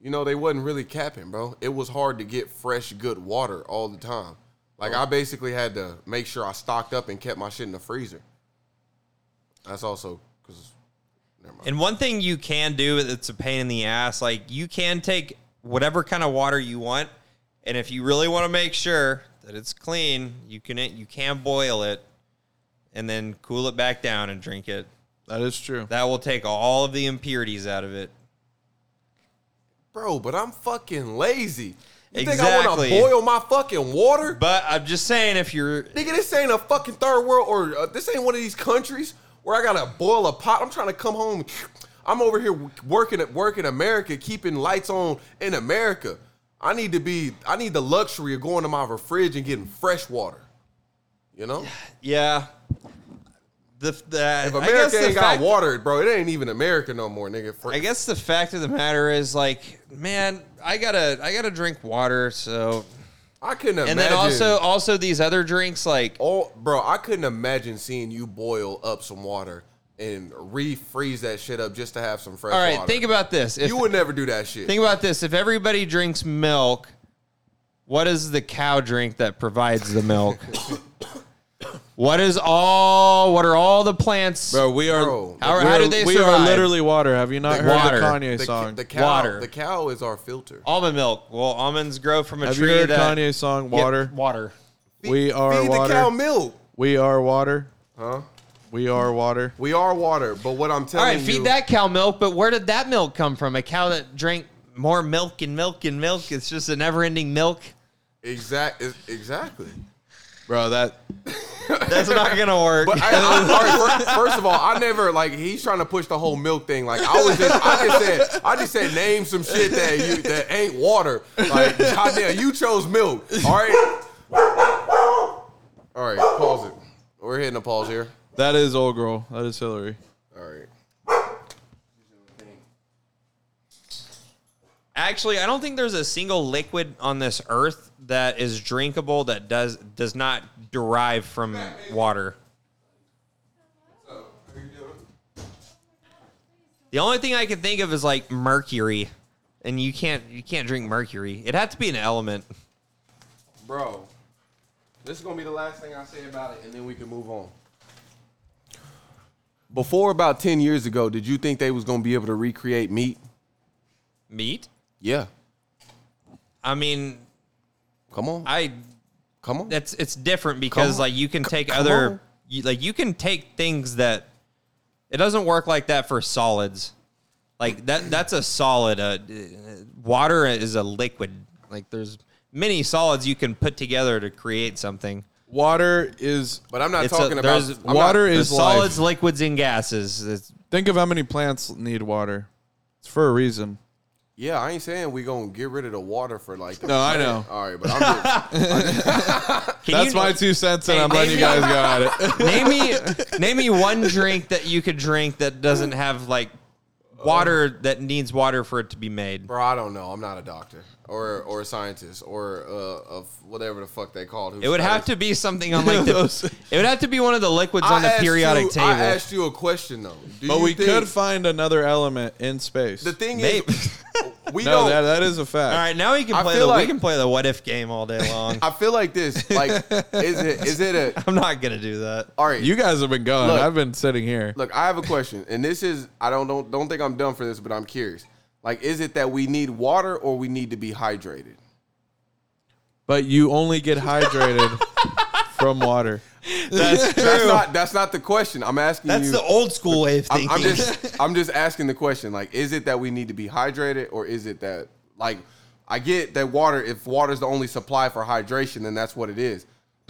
S3: you know, they wasn't really capping, bro. It was hard to get fresh, good water all the time. Like I basically had to make sure I stocked up and kept my shit in the freezer. That's also because
S2: And one thing you can do that's a pain in the ass, like you can take whatever kind of water you want, and if you really want to make sure that it's clean, you can you can boil it, and then cool it back down and drink it.
S1: that is true.
S2: That will take all of the impurities out of it.
S3: bro, but I'm fucking lazy. You think I want
S2: Exactly.
S3: to boil my fucking water?
S2: But I'm just saying, if you're
S3: Nigga, this ain't a fucking third world or uh, this ain't one of these countries where I gotta boil a pot. I'm trying to come home. I'm over here working at work in America, keeping lights on in America. I need to be. I need the luxury of going to my fridge and getting fresh water. You know,
S2: yeah, the the
S3: if
S2: I guess
S3: America
S2: the
S3: ain't got
S2: fact-
S3: water, bro, it ain't even America no more, nigga. Fr-
S2: I guess the fact of the matter is, like, man, I gotta I gotta drink water. So
S3: I couldn't imagine.
S2: and then also also these other drinks like
S3: Oh, bro, I couldn't imagine seeing you boil up some water and refreeze that shit up just to have some fresh
S2: all right
S3: water.
S2: think about this if,
S3: you would never do that shit.
S2: think about this if everybody drinks milk what is the cow drink that provides the milk what is all what are all the plants
S1: Bro, we are.
S3: Bro.
S2: How-
S1: we're-
S2: how do they
S1: We
S2: survive?
S1: are literally water. Have you not
S2: The
S1: heard
S2: water.
S1: the Kanye
S3: the,
S1: song?
S3: The cow,
S2: Water.
S3: The cow is our filter.
S2: almond milk well almonds grow from a
S1: Have you
S2: tree
S1: heard
S2: that
S1: Kanye's song
S2: Yeah,
S1: "Water"?
S2: water
S1: We are
S3: Feed the cow
S1: water.
S3: milk.
S1: We are water.
S3: Huh?
S1: We are water.
S3: We are water, but what I'm
S2: all
S3: telling
S2: right feed
S3: you,
S2: that cow milk but where did that milk come from a cow that drank more milk and milk and milk it's just a never-ending milk
S3: exact is- exactly.
S1: Bro, that
S2: that's not gonna work
S3: But I, I'm sorry, fir- first of all, I never like he's trying to push the whole milk thing. Like I was just, I just said, I just said name some shit that you that ain't water. Like goddamn, you chose milk. All right, all right, pause it. We're hitting a pause here.
S1: that is old girl. That is Hillary.
S3: All right,
S2: Actually, I don't think there's a single liquid on this earth that is drinkable that does does not derive from water. The only thing I can think of is like mercury, and you can't you can't drink mercury. It had to be an element.
S3: bro. This is gonna be the last thing I say about it, and then we can move on. Before about ten years ago, did you think they was gonna be able to recreate meat?
S2: Meat?
S3: Yeah.
S2: I mean,
S3: Come on.
S2: I
S3: Come on.
S2: that's it's different because
S3: on.
S2: like you can take
S3: come on.
S2: other you, like you can take things that it doesn't work like that for solids like that that's a solid uh, d- water is a liquid like there's many solids you can put together to create something
S1: Water is.
S3: But I'm not
S2: It's a-
S3: talking about
S2: there's
S3: I'm
S1: water
S3: Not,
S1: is
S2: There's
S1: life.
S2: solids liquids and gases It's-
S1: Think of how many plants need water. It's for a reason.
S3: yeah, I ain't saying we gonna get rid of the water for like. The
S1: No, I know.
S3: All right, but I'm just,
S2: can
S1: That's
S2: you-
S1: my two cents, and
S2: Hey,
S1: I'm letting you
S2: maybe-
S1: guys go at it.
S2: name me name me one drink that you could drink that doesn't have like water that needs water for it to be made
S3: bro. I don't know. I'm not a doctor or or a scientist or uh, of whatever the fuck they called.
S2: It would have to be something on like the. it would have to be one of the liquids on the periodic
S3: you,
S2: table.
S3: I asked you a question though. Do
S1: But
S3: you
S1: we
S3: think-
S1: could find another element in space.
S3: The thing
S2: Maybe.
S3: is, we
S1: no,
S3: don't.
S1: that, that is a fact.
S2: All right, now we
S3: I
S2: can play
S3: feel
S2: the
S3: like-
S2: we can play the what if game all day long.
S3: I feel like this. Like, is it is it a
S2: I'm not gonna do that.
S3: all right?
S1: You guys have been gone.
S3: Look.
S1: I've been sitting here.
S3: Look, I have a question, and this is I don't don't don't think I'm done for this, but I'm curious. Like, is it that we need water or we need to be hydrated?
S1: But you only get hydrated from water.
S2: That's true.
S3: That's
S2: That's,
S3: not that's not the question. I'm asking you.
S2: the old school way of
S3: I'm,
S2: thinking.
S3: I'm just I'm just asking the question. Like, is it that we need to be hydrated, or is it that like I get that water? If water is the only supply for hydration, then that's what it is.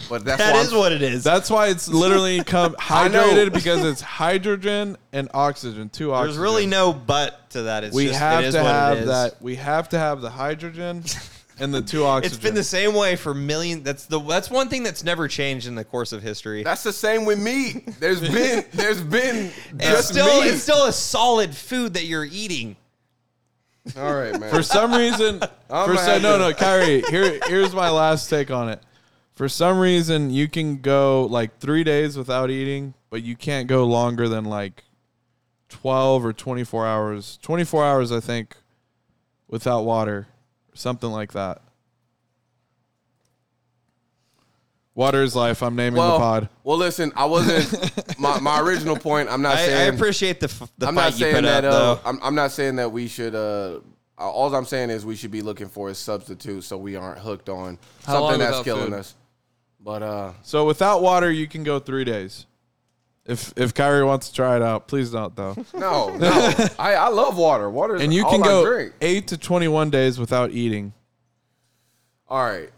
S3: But that's
S2: That
S3: why
S2: is what it is.
S1: That's why it's literally come
S3: I know.
S1: hydrated because it's hydrogen and oxygen. Two oxygen.
S2: There's really no but to that. It's
S1: We
S2: just,
S1: have
S2: it is
S1: to
S2: what
S1: have
S2: it is.
S1: that. We have to have the hydrogen and the two oxygen.
S2: It's been the same way for million. That's the that's one thing that's never changed in the course of history.
S3: That's the same with meat. There's been there's been
S2: It's
S3: just
S2: still
S3: meat.
S2: it's still a solid food that you're eating.
S3: All right, man.
S1: For some reason, for
S3: gonna
S1: some,
S3: have
S1: no,
S3: to-
S1: no, Kyrie. Here, here's my last take on it. For some reason, you can go like three days without eating, but you can't go longer than like twelve or twenty-four hours. Twenty-four hours, I think, without water, something like that. Water is life. I'm naming
S3: well,
S1: the pod.
S3: well, listen, I wasn't my, my original point. I'm not
S2: I, I
S3: saying
S2: appreciate the f- the
S3: I'm
S2: fight
S3: not
S2: you
S3: saying
S2: put
S3: that.
S2: up
S3: uh,
S2: though.
S3: I'm, I'm not saying that we should. Uh, uh, all I'm saying is we should be looking for a substitute so we aren't hooked on
S1: How long
S3: something that's
S1: without
S3: killing
S1: food?
S3: us. But uh,
S1: So without water, you can go three days. If if Kyrie wants to try it out, please don't though.
S3: no, no, I, I love water. Water is
S1: And you
S3: all
S1: can
S3: I
S1: go
S3: drink.
S1: eight to twenty-one days without eating.
S3: All right.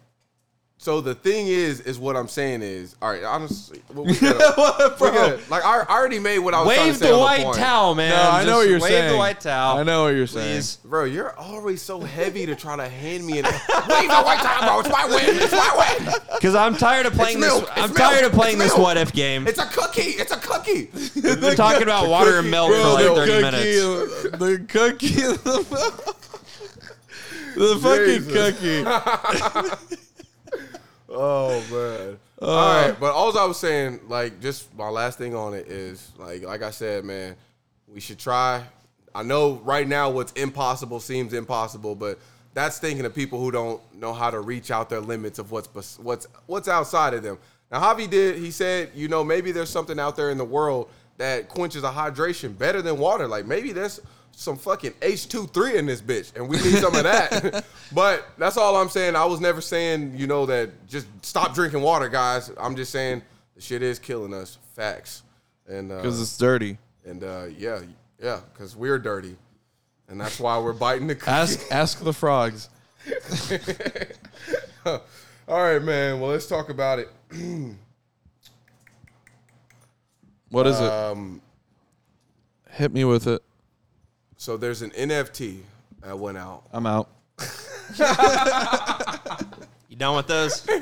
S3: So the thing is, is what I'm saying is, all right. Honestly, we gotta, we gotta, like I, I already made what I was trying to
S2: Wave
S3: say
S2: the
S3: on
S2: white
S3: point.
S2: towel, man.
S1: No, I know
S2: Just
S1: what you're
S2: wave
S1: saying.
S2: the white towel.
S1: I know what you're
S2: Please.
S3: Bro, you're always so heavy to try to hand me an. Wave the white towel, bro. It's my win. It's my win.
S2: Because I'm tired of playing this.
S3: milk. It's
S2: I'm tired of
S3: milk.
S2: playing
S3: It's
S2: this
S3: milk.
S2: what if game.
S3: It's a cookie. It's a cooking.
S2: We've been talking about water and milk for like 30 minutes.
S1: saying. The cookie, the, fucking cookie.
S3: Oh man. all right, but all I was saying, like, just my last thing on it is, like, like I said, man, we should try. I know right now what's impossible seems impossible, but that's thinking of people who don't know how to reach out their limits of what's bes- what's what's outside of them. Now, Javi did. He said, you know, maybe there's something out there in the world that quenches a hydration better than water. Like maybe there's some fucking H23 in this bitch and we need some of that. but that's all I'm saying. I was never saying, you know, that just stop drinking water, guys. I'm just saying the shit is killing us. Facts. And uh,
S1: Because it's dirty.
S3: and uh, yeah, yeah, cuz we're dirty. And that's why we're biting the cookie.
S1: Ask ask the frogs.
S3: All right, man. Well, let's talk about it.
S1: What is
S3: Um
S1: it? Hit me with it.
S3: so there's an NFT that went out.
S1: I'm out.
S2: You done with those?
S3: We,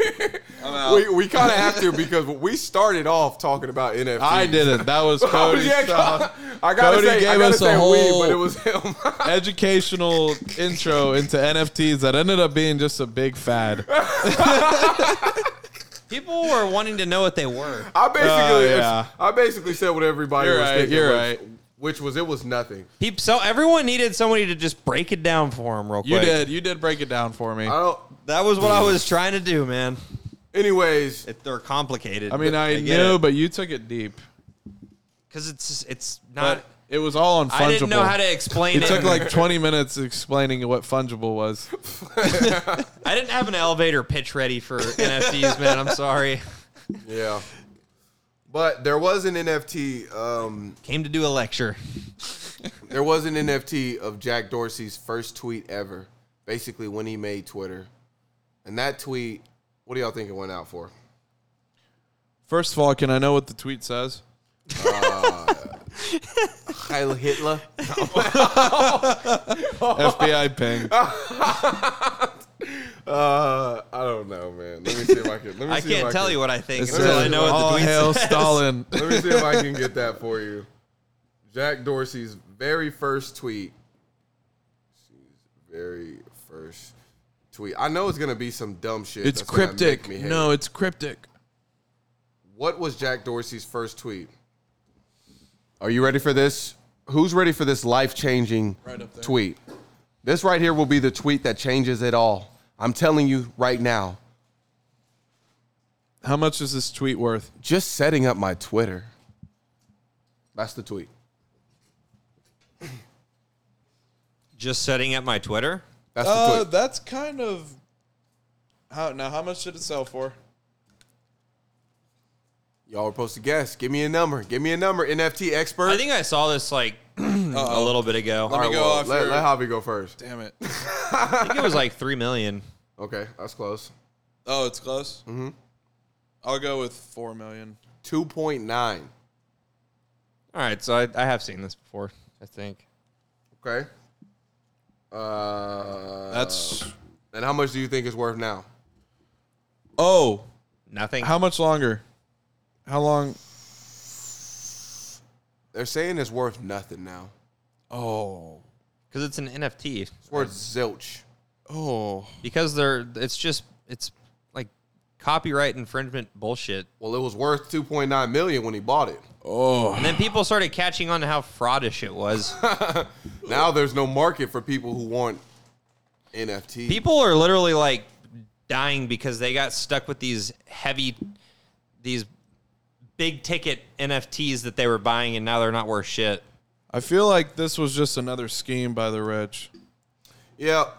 S3: we kind of have to because we started off talking about NFTs.
S1: I did it. That was
S3: Oh,
S1: Cody's
S3: yeah,
S1: song.
S3: I gotta
S1: Cody
S3: say, I
S1: gave
S3: gotta
S1: us a
S3: say we,
S1: whole-
S3: but it was him.
S1: educational intro into NFTs that ended up being just a big fad.
S2: People were wanting to know what they were.
S3: I basically,
S1: Oh, yeah.
S3: I basically said what everybody
S1: You're
S3: was
S1: right,
S3: thinking.
S1: you're
S3: which,
S1: right.
S3: which was it was nothing.
S2: Peep, so everyone needed somebody to just break it down for them real quick.
S1: You did. You did break it down for me.
S3: I don't.
S2: That was what I was trying to do, man.
S3: Anyways,
S2: It, they're complicated.
S1: I mean, I knew, but you took it deep.
S2: because it's it's
S1: But
S2: not.
S1: it was all on fungible.
S2: I didn't know how to explain
S1: It
S2: it.
S1: took like 20 minutes explaining what fungible was.
S2: I didn't have an elevator pitch ready for NFTs, man. I'm sorry.
S3: yeah. But there was an NFT. Um,
S2: Came to do a lecture.
S3: there was an NFT of Jack Dorsey's first tweet ever, basically when he made Twitter, and that tweet. What do y'all think it went out for?
S1: First of all, can I know what the tweet says?
S3: Heil Hitler.
S1: FBI ping.
S3: Uh, I don't know, man. Let me see if I can. Let me
S2: I
S3: see
S2: can't
S3: if I
S2: tell
S3: can,
S2: you what I think
S1: It
S2: until I
S1: says,
S2: know what
S1: all
S2: the tweet
S1: hail
S2: says.
S1: Stalin.
S3: Let me see if I can get that for you. Jack Dorsey's very first tweet. His very first tweet. I know it's gonna be some dumb shit.
S1: It's
S3: that's gonna
S1: cryptic.
S3: make me hate
S1: No,
S3: it.
S1: it's cryptic.
S3: What was Jack Dorsey's first tweet? Are you ready for this? Who's ready for this life changing tweet? This right here will be the tweet that changes it all. I'm telling you right now.
S1: How much is this tweet worth?
S3: Just setting up my Twitter. That's the tweet.
S2: Just setting up my Twitter.
S3: That's the tweet.
S1: Uh, that's kind of how now. How much did it sell for?
S3: Y'all were supposed to guess. Give me a number. Give me a number. NFT expert.
S2: I think I saw this like a little bit ago.
S1: me
S3: All right,
S1: go
S3: well,
S1: off
S3: let,
S1: your-
S3: let Javi go first.
S1: Damn it!
S2: I think it was like three million.
S3: Okay, that's close.
S1: Oh, it's close. I'll go with four million.
S3: Two point nine.
S2: All right, so I, I have seen this before. I think
S3: Okay. Uh,
S1: That's
S3: and how much do you think it's worth now?
S1: oh,
S2: nothing.
S1: how much longer? How long?
S3: They're saying it's worth nothing now.
S1: Oh,
S2: Because it's an NFT.
S3: It's worth zilch.
S1: oh,
S2: Because they're it's just it's like copyright infringement bullshit.
S3: Well, it was worth two point nine million when he bought it.
S1: oh.
S2: And then people started catching on to how fraudish it was.
S3: Now there's no market for people who want NFT.
S2: people are literally like dying because they got stuck with these heavy these big ticket NFTs that they were buying and now they're not worth shit.
S1: I feel like this was just another scheme by the rich.
S3: Yep.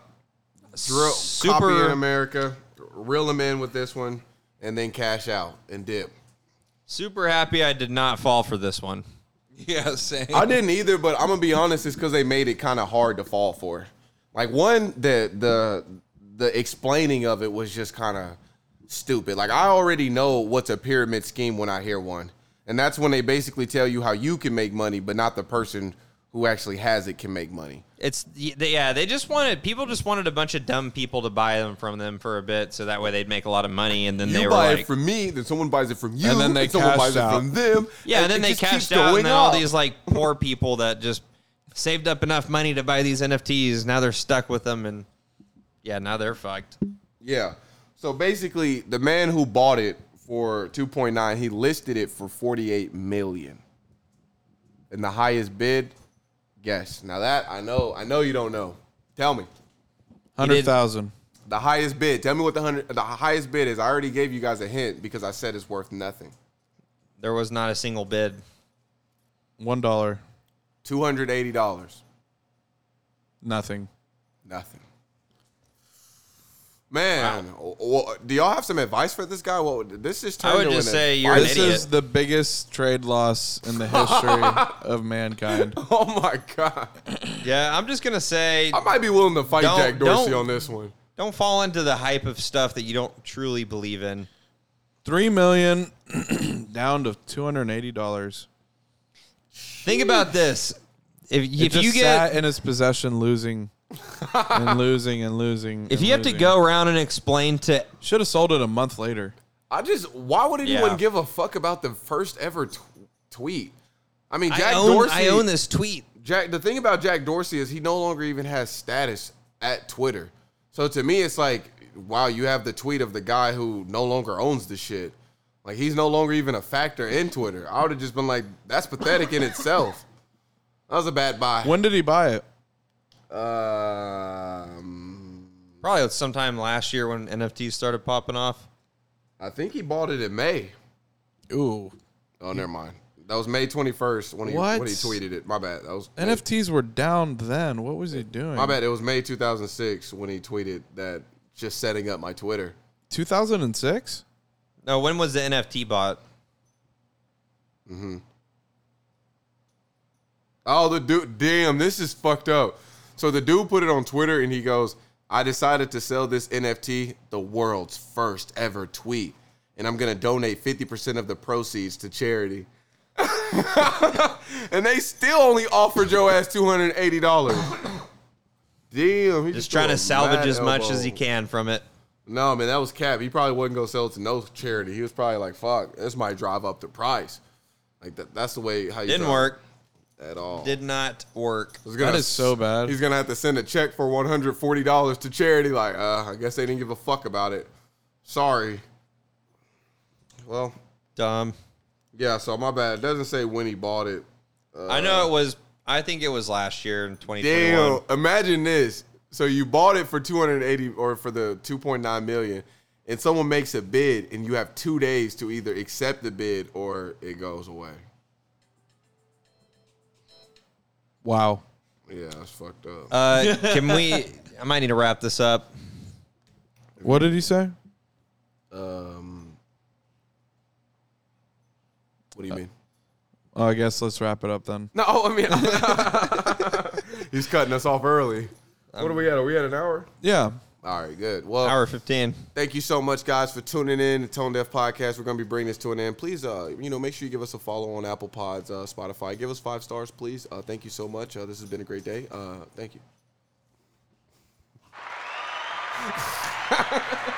S3: Drill, copy in
S2: super
S3: America, reel them in with this one, and then cash out and dip.
S2: super happy I did not fall for this one.
S1: Yeah, same.
S3: I didn't either, but I'm gonna be honest. It's because they made it kind of hard to fall for. Like one, the the the explaining of it was just kind of stupid. Like I already know what's a pyramid scheme when I hear one, and that's when they basically tell you how you can make money, but not the person who actually has it can make money.
S2: It's y- they- yeah, they just wanted people just wanted a bunch of dumb people to buy them from them for a bit, so that way they'd make a lot of money, and then they
S3: you
S2: were
S3: buy
S2: like,
S3: it from me, then someone buys it from you,
S1: And then they
S3: someone
S1: cash
S3: buys
S1: out.
S3: it from them.
S2: yeah, and then
S3: it
S2: they
S3: just keeps
S2: cashed out,
S3: going
S2: and then all
S3: up.
S2: these like poor people that just saved up enough money to buy these NFTs, now they're stuck with them, and yeah, now they're fucked.
S3: Yeah. So basically, the man who bought it for 2.9, he listed it for 48 million. And the highest bid, guess. Now that I know, I know you don't know. Tell me.
S1: Hundred thousand.
S3: The highest bid. Tell me what the hundred, the highest bid is. I already gave you guys a hint because I said it's worth nothing.
S2: There was not a single bid.
S1: One dollar.
S3: Two hundred eighty dollars.
S1: Nothing.
S3: Nothing. Man, w- w- do y'all have some advice for this guy? Well, this just
S2: I
S3: turned
S2: would
S3: into
S2: just
S3: an
S2: say you're
S3: advice-
S1: This
S2: idiot.
S1: is the biggest trade loss in the history of mankind.
S3: Oh my god!
S2: Yeah, I'm just gonna say,
S3: I might be willing to fight
S2: Don't-
S3: Jack Dorsey
S2: don't-
S3: on this one.
S2: don't fall into the hype of stuff that you don't truly believe in.
S1: Three million down to two hundred and eighty dollars.
S2: Think about this: if if you get
S1: sat in his possession, losing and losing and losing.
S2: if you have to go around and explain to
S1: should have sold it a month later.
S3: I just why would anyone
S2: Yeah.
S3: give a fuck about the first ever t- tweet? I mean,
S2: I
S3: Jack
S2: own,
S3: Dorsey.
S2: I own this tweet.
S3: Jack. The thing about Jack Dorsey is he no longer even has status at Twitter. So to me, it's like, wow, you have the tweet of the guy who no longer owns the shit. Like he's no longer even a factor in Twitter. I would have just been like, that's pathetic in itself. That was a bad buy.
S1: When did he buy it?
S3: Um,
S2: Probably sometime last year when NFTs started popping off.
S3: I think he bought it in May.
S1: Ooh,
S3: Oh, never mind. That was May twenty first when he
S1: What?
S3: when he tweeted it. My bad. That was
S1: NFTs were down then. What was he doing?
S3: My bad. It was May 2006 when he tweeted that just setting up my Twitter.
S1: 2006.
S2: No, when was the NFT bought?
S3: Oh, the dude. Damn, this is fucked up. So the dude put it on Twitter and he goes, I decided to sell this NFT, the world's first ever tweet. And I'm going to donate 50% of the proceeds to charity. and they still only offered your ass $280. Damn. He
S2: Just trying
S3: threw a
S2: to salvage
S3: mad
S2: as much as
S3: elbow.
S2: he can from it.
S3: No, man, that was cap. He probably wasn't gonna sell it to no charity. He was probably like, "Fuck, this might drive up the price." Like that, that's the way how you
S2: Didn't
S3: drive
S2: work.
S3: at all.
S2: Did not work.
S3: He's gonna-
S1: That is so bad.
S3: He's gonna have to send a check for one hundred forty dollars to charity. Like, uh, I guess they didn't give a fuck about it. Sorry. Well,
S2: Dumb.
S3: yeah. So my bad. It doesn't say when he bought it.
S2: I know it was. I think it was last year in 2021.
S3: Damn! Imagine this. So you bought it for two hundred eighty or for the two point nine million, and someone makes a bid, and you have two days to either accept the bid or it goes away.
S1: Wow.
S3: Yeah, that's fucked up.
S2: Uh, can we? I might need to wrap this up.
S1: What did he say?
S3: um, what do
S1: uh,
S3: you mean?
S1: Oh, I guess let's wrap it up then.
S3: No, I mean he's cutting us off early. What are we at? Are we at an hour?
S1: Yeah.
S3: All right, good. Well,
S2: Hour 15.
S3: thank you so much, guys, for tuning in to Tone Deaf Podcast. We're going to be bringing this to an end. Please, uh, you know, make sure you give us a follow on Apple Pods, uh, Spotify. Give us five stars, please. Uh, thank you so much. Uh, this has been a great day. Uh, thank you.